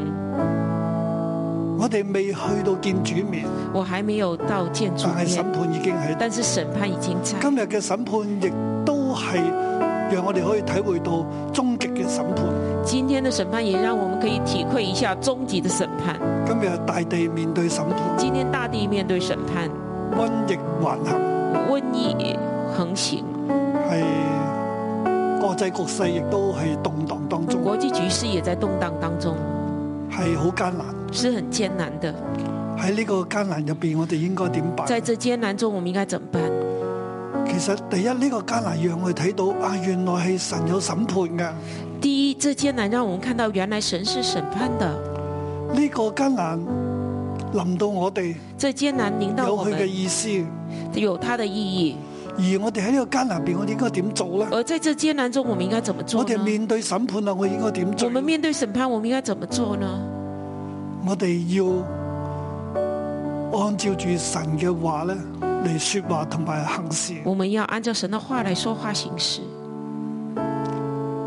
Speaker 2: 我哋未去到見主面，
Speaker 3: 我还没有到见主
Speaker 2: 但係
Speaker 3: 面
Speaker 2: 審，判已經喺度。
Speaker 3: 但是审判已经在。
Speaker 2: 今日嘅審判亦都係讓我哋可以體會到終極嘅審判。
Speaker 3: 今天的审判也让我们可以体会一下终极的审判。
Speaker 2: 今日大地面對審判，
Speaker 3: 今天大地面对审判，
Speaker 2: 瘟疫橫行，
Speaker 3: 瘟疫横行，
Speaker 2: 係國際局勢亦都係動盪當中，
Speaker 3: 国际局势也在动荡当中，
Speaker 2: 係好艱難。
Speaker 3: 是很艰难的。
Speaker 2: 喺呢個艱難入邊，我哋應該點辦？
Speaker 3: 在这艰难中，我们应该怎么办？
Speaker 2: 其實第一呢、個艱難讓我哋睇到啊，原來係神有審判嘅。
Speaker 3: 第一，这艰难让我们看到原来神是审判的，
Speaker 2: 呢、個艱難臨到我哋，
Speaker 3: 这艰难临到
Speaker 2: 有
Speaker 3: 我
Speaker 2: 佢嘅
Speaker 3: 们，
Speaker 2: 意思。
Speaker 3: 有它的意义。
Speaker 2: 而我哋喺呢個艱難入邊，我哋應該點做呢？
Speaker 3: 而在这艰难中，我们应该怎么做
Speaker 2: 我
Speaker 3: 呢
Speaker 2: 哋？面對審判啊啦，我應該點
Speaker 3: 我
Speaker 2: 做？
Speaker 3: 们面对审判，我们应该怎么做呢？
Speaker 2: 我哋要按照住神嘅話咧嚟说話同埋行事。
Speaker 3: 我们要按照神的话来说话行事。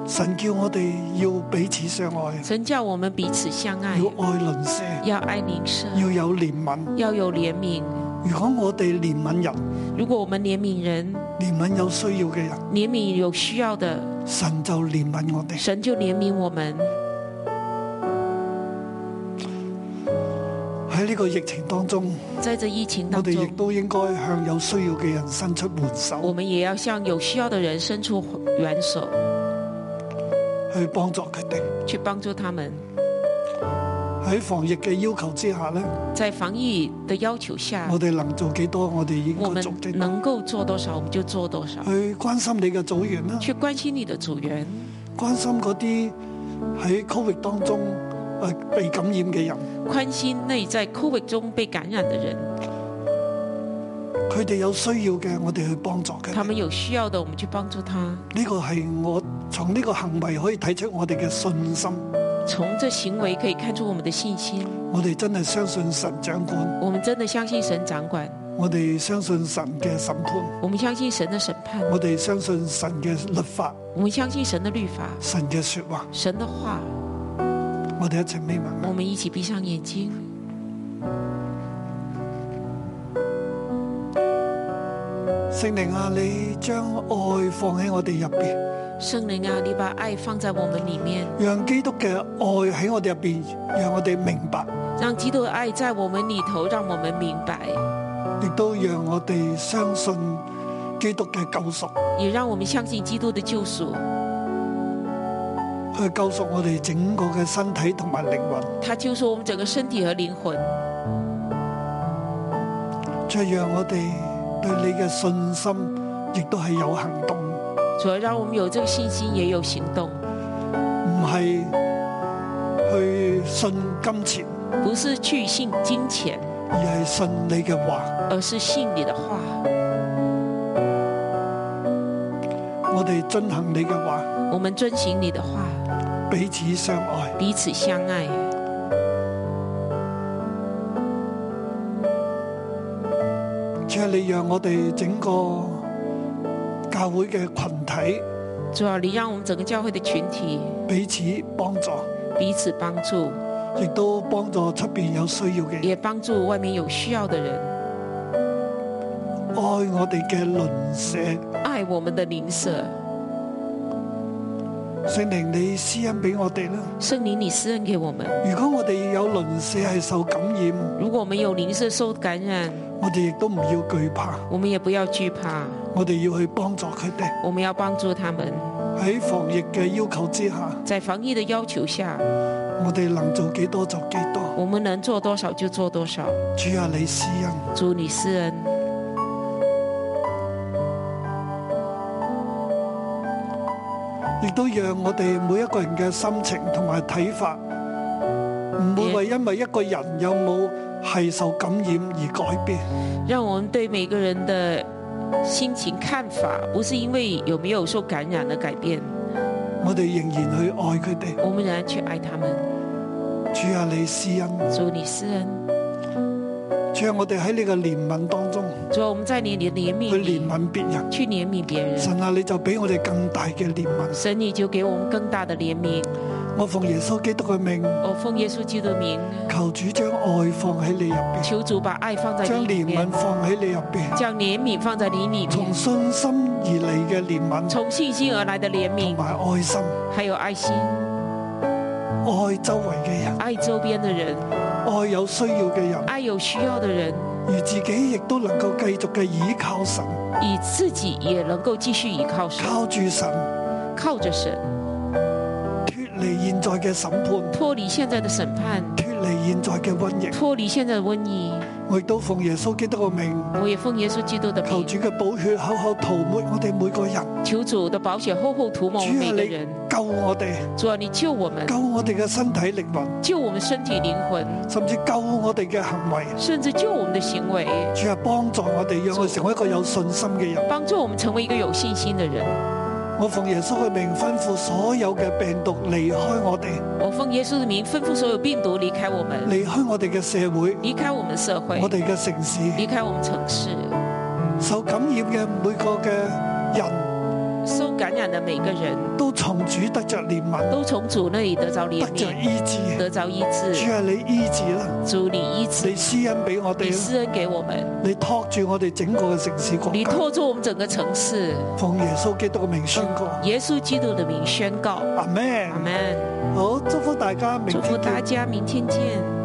Speaker 2: 神叫我哋要彼此相愛，
Speaker 3: 神叫我们彼此相爱
Speaker 2: 要，愛鄰舍，
Speaker 3: 要爱邻舍，
Speaker 2: 要有憐憫。
Speaker 3: 要有怜悯。
Speaker 2: 如果我哋憐憫人，
Speaker 3: 如果我们怜悯人，
Speaker 2: 憐憫有需要嘅人。
Speaker 3: 怜悯有需要的，
Speaker 2: 神就怜悯我哋。
Speaker 3: 神就怜悯我们。
Speaker 2: 喺呢個疫情當中，
Speaker 3: 在这疫情
Speaker 2: 我
Speaker 3: 当
Speaker 2: 哋亦
Speaker 3: 中，
Speaker 2: 都應該向有需要嘅人伸出援
Speaker 3: 我
Speaker 2: 手，
Speaker 3: 们也要向有需要的人伸出援手，
Speaker 2: 去幫助佢哋。
Speaker 3: 去帮助他们。
Speaker 2: 喺防疫嘅要求之下呢，
Speaker 3: 在防疫的要求下
Speaker 2: 我，哋能做幾多，我哋應
Speaker 3: 我
Speaker 2: 該
Speaker 3: 们
Speaker 2: 做幾多。
Speaker 3: 能够做多少，我们就做多少。
Speaker 2: 去關心你嘅組員啦，
Speaker 3: 去关心你的组员，
Speaker 2: 關心嗰啲喺 Covid 當中呃被感染嘅人，
Speaker 3: 关心内在 COVID 中被感染的人，
Speaker 2: 佢哋有需要嘅，我哋去幫助佢
Speaker 3: 他
Speaker 2: 哋。
Speaker 3: 们有需要的，我们去帮助他。
Speaker 2: 呢個係我從呢個行為可以睇出我哋嘅信心。
Speaker 3: 从这行为可以看出我们的信心，
Speaker 2: 我哋真係相信神掌管，
Speaker 3: 我们真的相信神掌管，
Speaker 2: 我哋相信神嘅審判。
Speaker 3: 我们相信神的审判，
Speaker 2: 我哋相信神嘅律法、
Speaker 3: 我们相信神的律法、
Speaker 2: 神嘅说话，
Speaker 3: 神的话。
Speaker 2: 我哋一齊眯埋眼
Speaker 3: 我们一起闭上眼睛，
Speaker 2: 聖靈啊，你將愛放喺我哋入邊，
Speaker 3: 圣灵啊，你把爱放在我们里面，
Speaker 2: 讓基督嘅愛喺我哋入邊，讓我哋明白，
Speaker 3: 让基督的爱在我们里头，让我们明白，
Speaker 2: 亦都讓我哋相信基督嘅救贖，
Speaker 3: 也让我们相信基督的救赎，
Speaker 2: 去救贖我哋整個嘅身體同埋靈魂。
Speaker 3: 他救赎我们整个身体和灵魂。
Speaker 2: 再讓我哋對你嘅信心，亦都係有行動，
Speaker 3: 主要让我们有这个信心，也有行动，
Speaker 2: 唔係去信金錢，
Speaker 3: 不是去信金钱，
Speaker 2: 而係信你嘅話。
Speaker 3: 而是信你的话。
Speaker 2: 我哋遵行你嘅話。
Speaker 3: 我们遵行你的话，
Speaker 2: 彼此相愛。
Speaker 3: 彼此相爱。
Speaker 2: 主啊，你讓我哋整個教會嘅群體
Speaker 3: 主要你让我们整个教会的群体
Speaker 2: 彼此幫助，
Speaker 3: 彼此帮助，
Speaker 2: 亦都幫助出邊有需要嘅人，
Speaker 3: 也帮助外面有需要的人，
Speaker 2: 愛我哋嘅鄰舍。
Speaker 3: 爱我们的邻舍。
Speaker 2: 聖靈，你施恩俾我哋啦。
Speaker 3: 圣灵，你施恩给我们。
Speaker 2: 如果我哋有鄰舍係受感染，
Speaker 3: 如果我们有邻舍受感染，
Speaker 2: 我哋亦都唔要懼怕，
Speaker 3: 我们也不要惧怕，
Speaker 2: 我哋要去幫助佢哋。
Speaker 3: 我们要帮助他们。
Speaker 2: 喺防疫嘅要求之下，
Speaker 3: 在防疫的要求下，
Speaker 2: 我哋能做幾多做幾多。
Speaker 3: 我们能做多少就做多少。
Speaker 2: 主啊，你施恩。
Speaker 3: 主，你施恩。
Speaker 2: 亦都讓我哋每一個人嘅心情同埋睇法，唔會為因為一個人有冇係受感染而改變。
Speaker 3: 让我们对每个人的心情看法，不是因为有没有受感染而改变，
Speaker 2: 我哋仍然去愛佢哋。
Speaker 3: 我们仍然去爱他们。
Speaker 2: 主啊，你施恩，
Speaker 3: 主你施恩，
Speaker 2: 主啊，我哋喺你嘅憐憫當中
Speaker 3: 主啊我们在你的怜
Speaker 2: 去
Speaker 3: 悯里
Speaker 2: 憐憫別人。
Speaker 3: 去怜悯别人，
Speaker 2: 神啊，你就俾我哋更大嘅憐憫。
Speaker 3: 神你就给我们更大的怜悯。
Speaker 2: 我奉耶穌基督嘅命，
Speaker 3: 我奉耶稣基督的名，
Speaker 2: 求主將愛放喺你入边，
Speaker 3: 求主把爱放在
Speaker 2: 將
Speaker 3: 你里
Speaker 2: 憐憫
Speaker 3: 面，
Speaker 2: 放喺你入边，
Speaker 3: 将怜悯放在你里
Speaker 2: 從
Speaker 3: 面，
Speaker 2: 信心而嚟嘅憐憫
Speaker 3: 从信心而来的怜
Speaker 2: 同
Speaker 3: 悯，
Speaker 2: 埋愛心，
Speaker 3: 还有爱心，
Speaker 2: 愛周圍嘅人，
Speaker 3: 爱周边的人，
Speaker 2: 愛有需要嘅人，
Speaker 3: 爱有需要的人，
Speaker 2: 而自己亦都能夠繼續嘅倚靠神，
Speaker 3: 以自己也能够继续依靠神，
Speaker 2: 靠住神
Speaker 3: 靠着神
Speaker 2: 脱離現在嘅審判，
Speaker 3: 脱离现在的审判，
Speaker 2: 脱離現在嘅瘟疫。
Speaker 3: 脱离现在的瘟疫。
Speaker 2: 我亦都奉耶穌基督嘅命，
Speaker 3: 我也奉耶稣基督的
Speaker 2: 求
Speaker 3: 名，
Speaker 2: 主嘅寶血厚厚塗抹我哋每個人。
Speaker 3: 求主的宝血厚厚涂抹我
Speaker 2: 主
Speaker 3: 们每
Speaker 2: 啊，
Speaker 3: 个
Speaker 2: 你
Speaker 3: 人。
Speaker 2: 救我哋，
Speaker 3: 主啊，你救我们，
Speaker 2: 救我哋嘅身體靈魂，
Speaker 3: 救我们身体灵魂，
Speaker 2: 甚至救我哋嘅行為。
Speaker 3: 甚至救我们的行为，
Speaker 2: 主啊，幫助我哋，讓我哋成為一個有信心嘅人。
Speaker 3: 帮助我们成为一个有信心的人。
Speaker 2: 我奉耶穌嘅命吩咐所有嘅病毒離開我哋，
Speaker 3: 我奉耶稣的名吩咐所有病毒离开我们，
Speaker 2: 離開我哋嘅社會，
Speaker 3: 离开我们社会
Speaker 2: 我，哋嘅城市，
Speaker 3: 离开我们城市。
Speaker 2: 受感染嘅每個嘅人
Speaker 3: 受感染的每个人
Speaker 2: 都從主得着憐憫，
Speaker 3: 都从主那里得着怜
Speaker 2: 得着
Speaker 3: 悯，
Speaker 2: 醫治。
Speaker 3: 得着医
Speaker 2: 主
Speaker 3: 治。
Speaker 2: 啊，你醫治啦，
Speaker 3: 主你医治
Speaker 2: 你，施恩俾我
Speaker 3: 你
Speaker 2: 哋啦，
Speaker 3: 施恩给我们，
Speaker 2: 你托住我哋整個嘅城市國
Speaker 3: 你
Speaker 2: 家。
Speaker 3: 托住我们整个城市。
Speaker 2: 奉耶穌基督嘅名宣告，
Speaker 3: 耶稣基督的名宣告，
Speaker 2: 阿
Speaker 3: 阿
Speaker 2: 咩？
Speaker 3: 门。
Speaker 2: 好，祝福大家，明
Speaker 3: 祝
Speaker 2: 天
Speaker 3: 福
Speaker 2: 見
Speaker 3: 大家，明天见。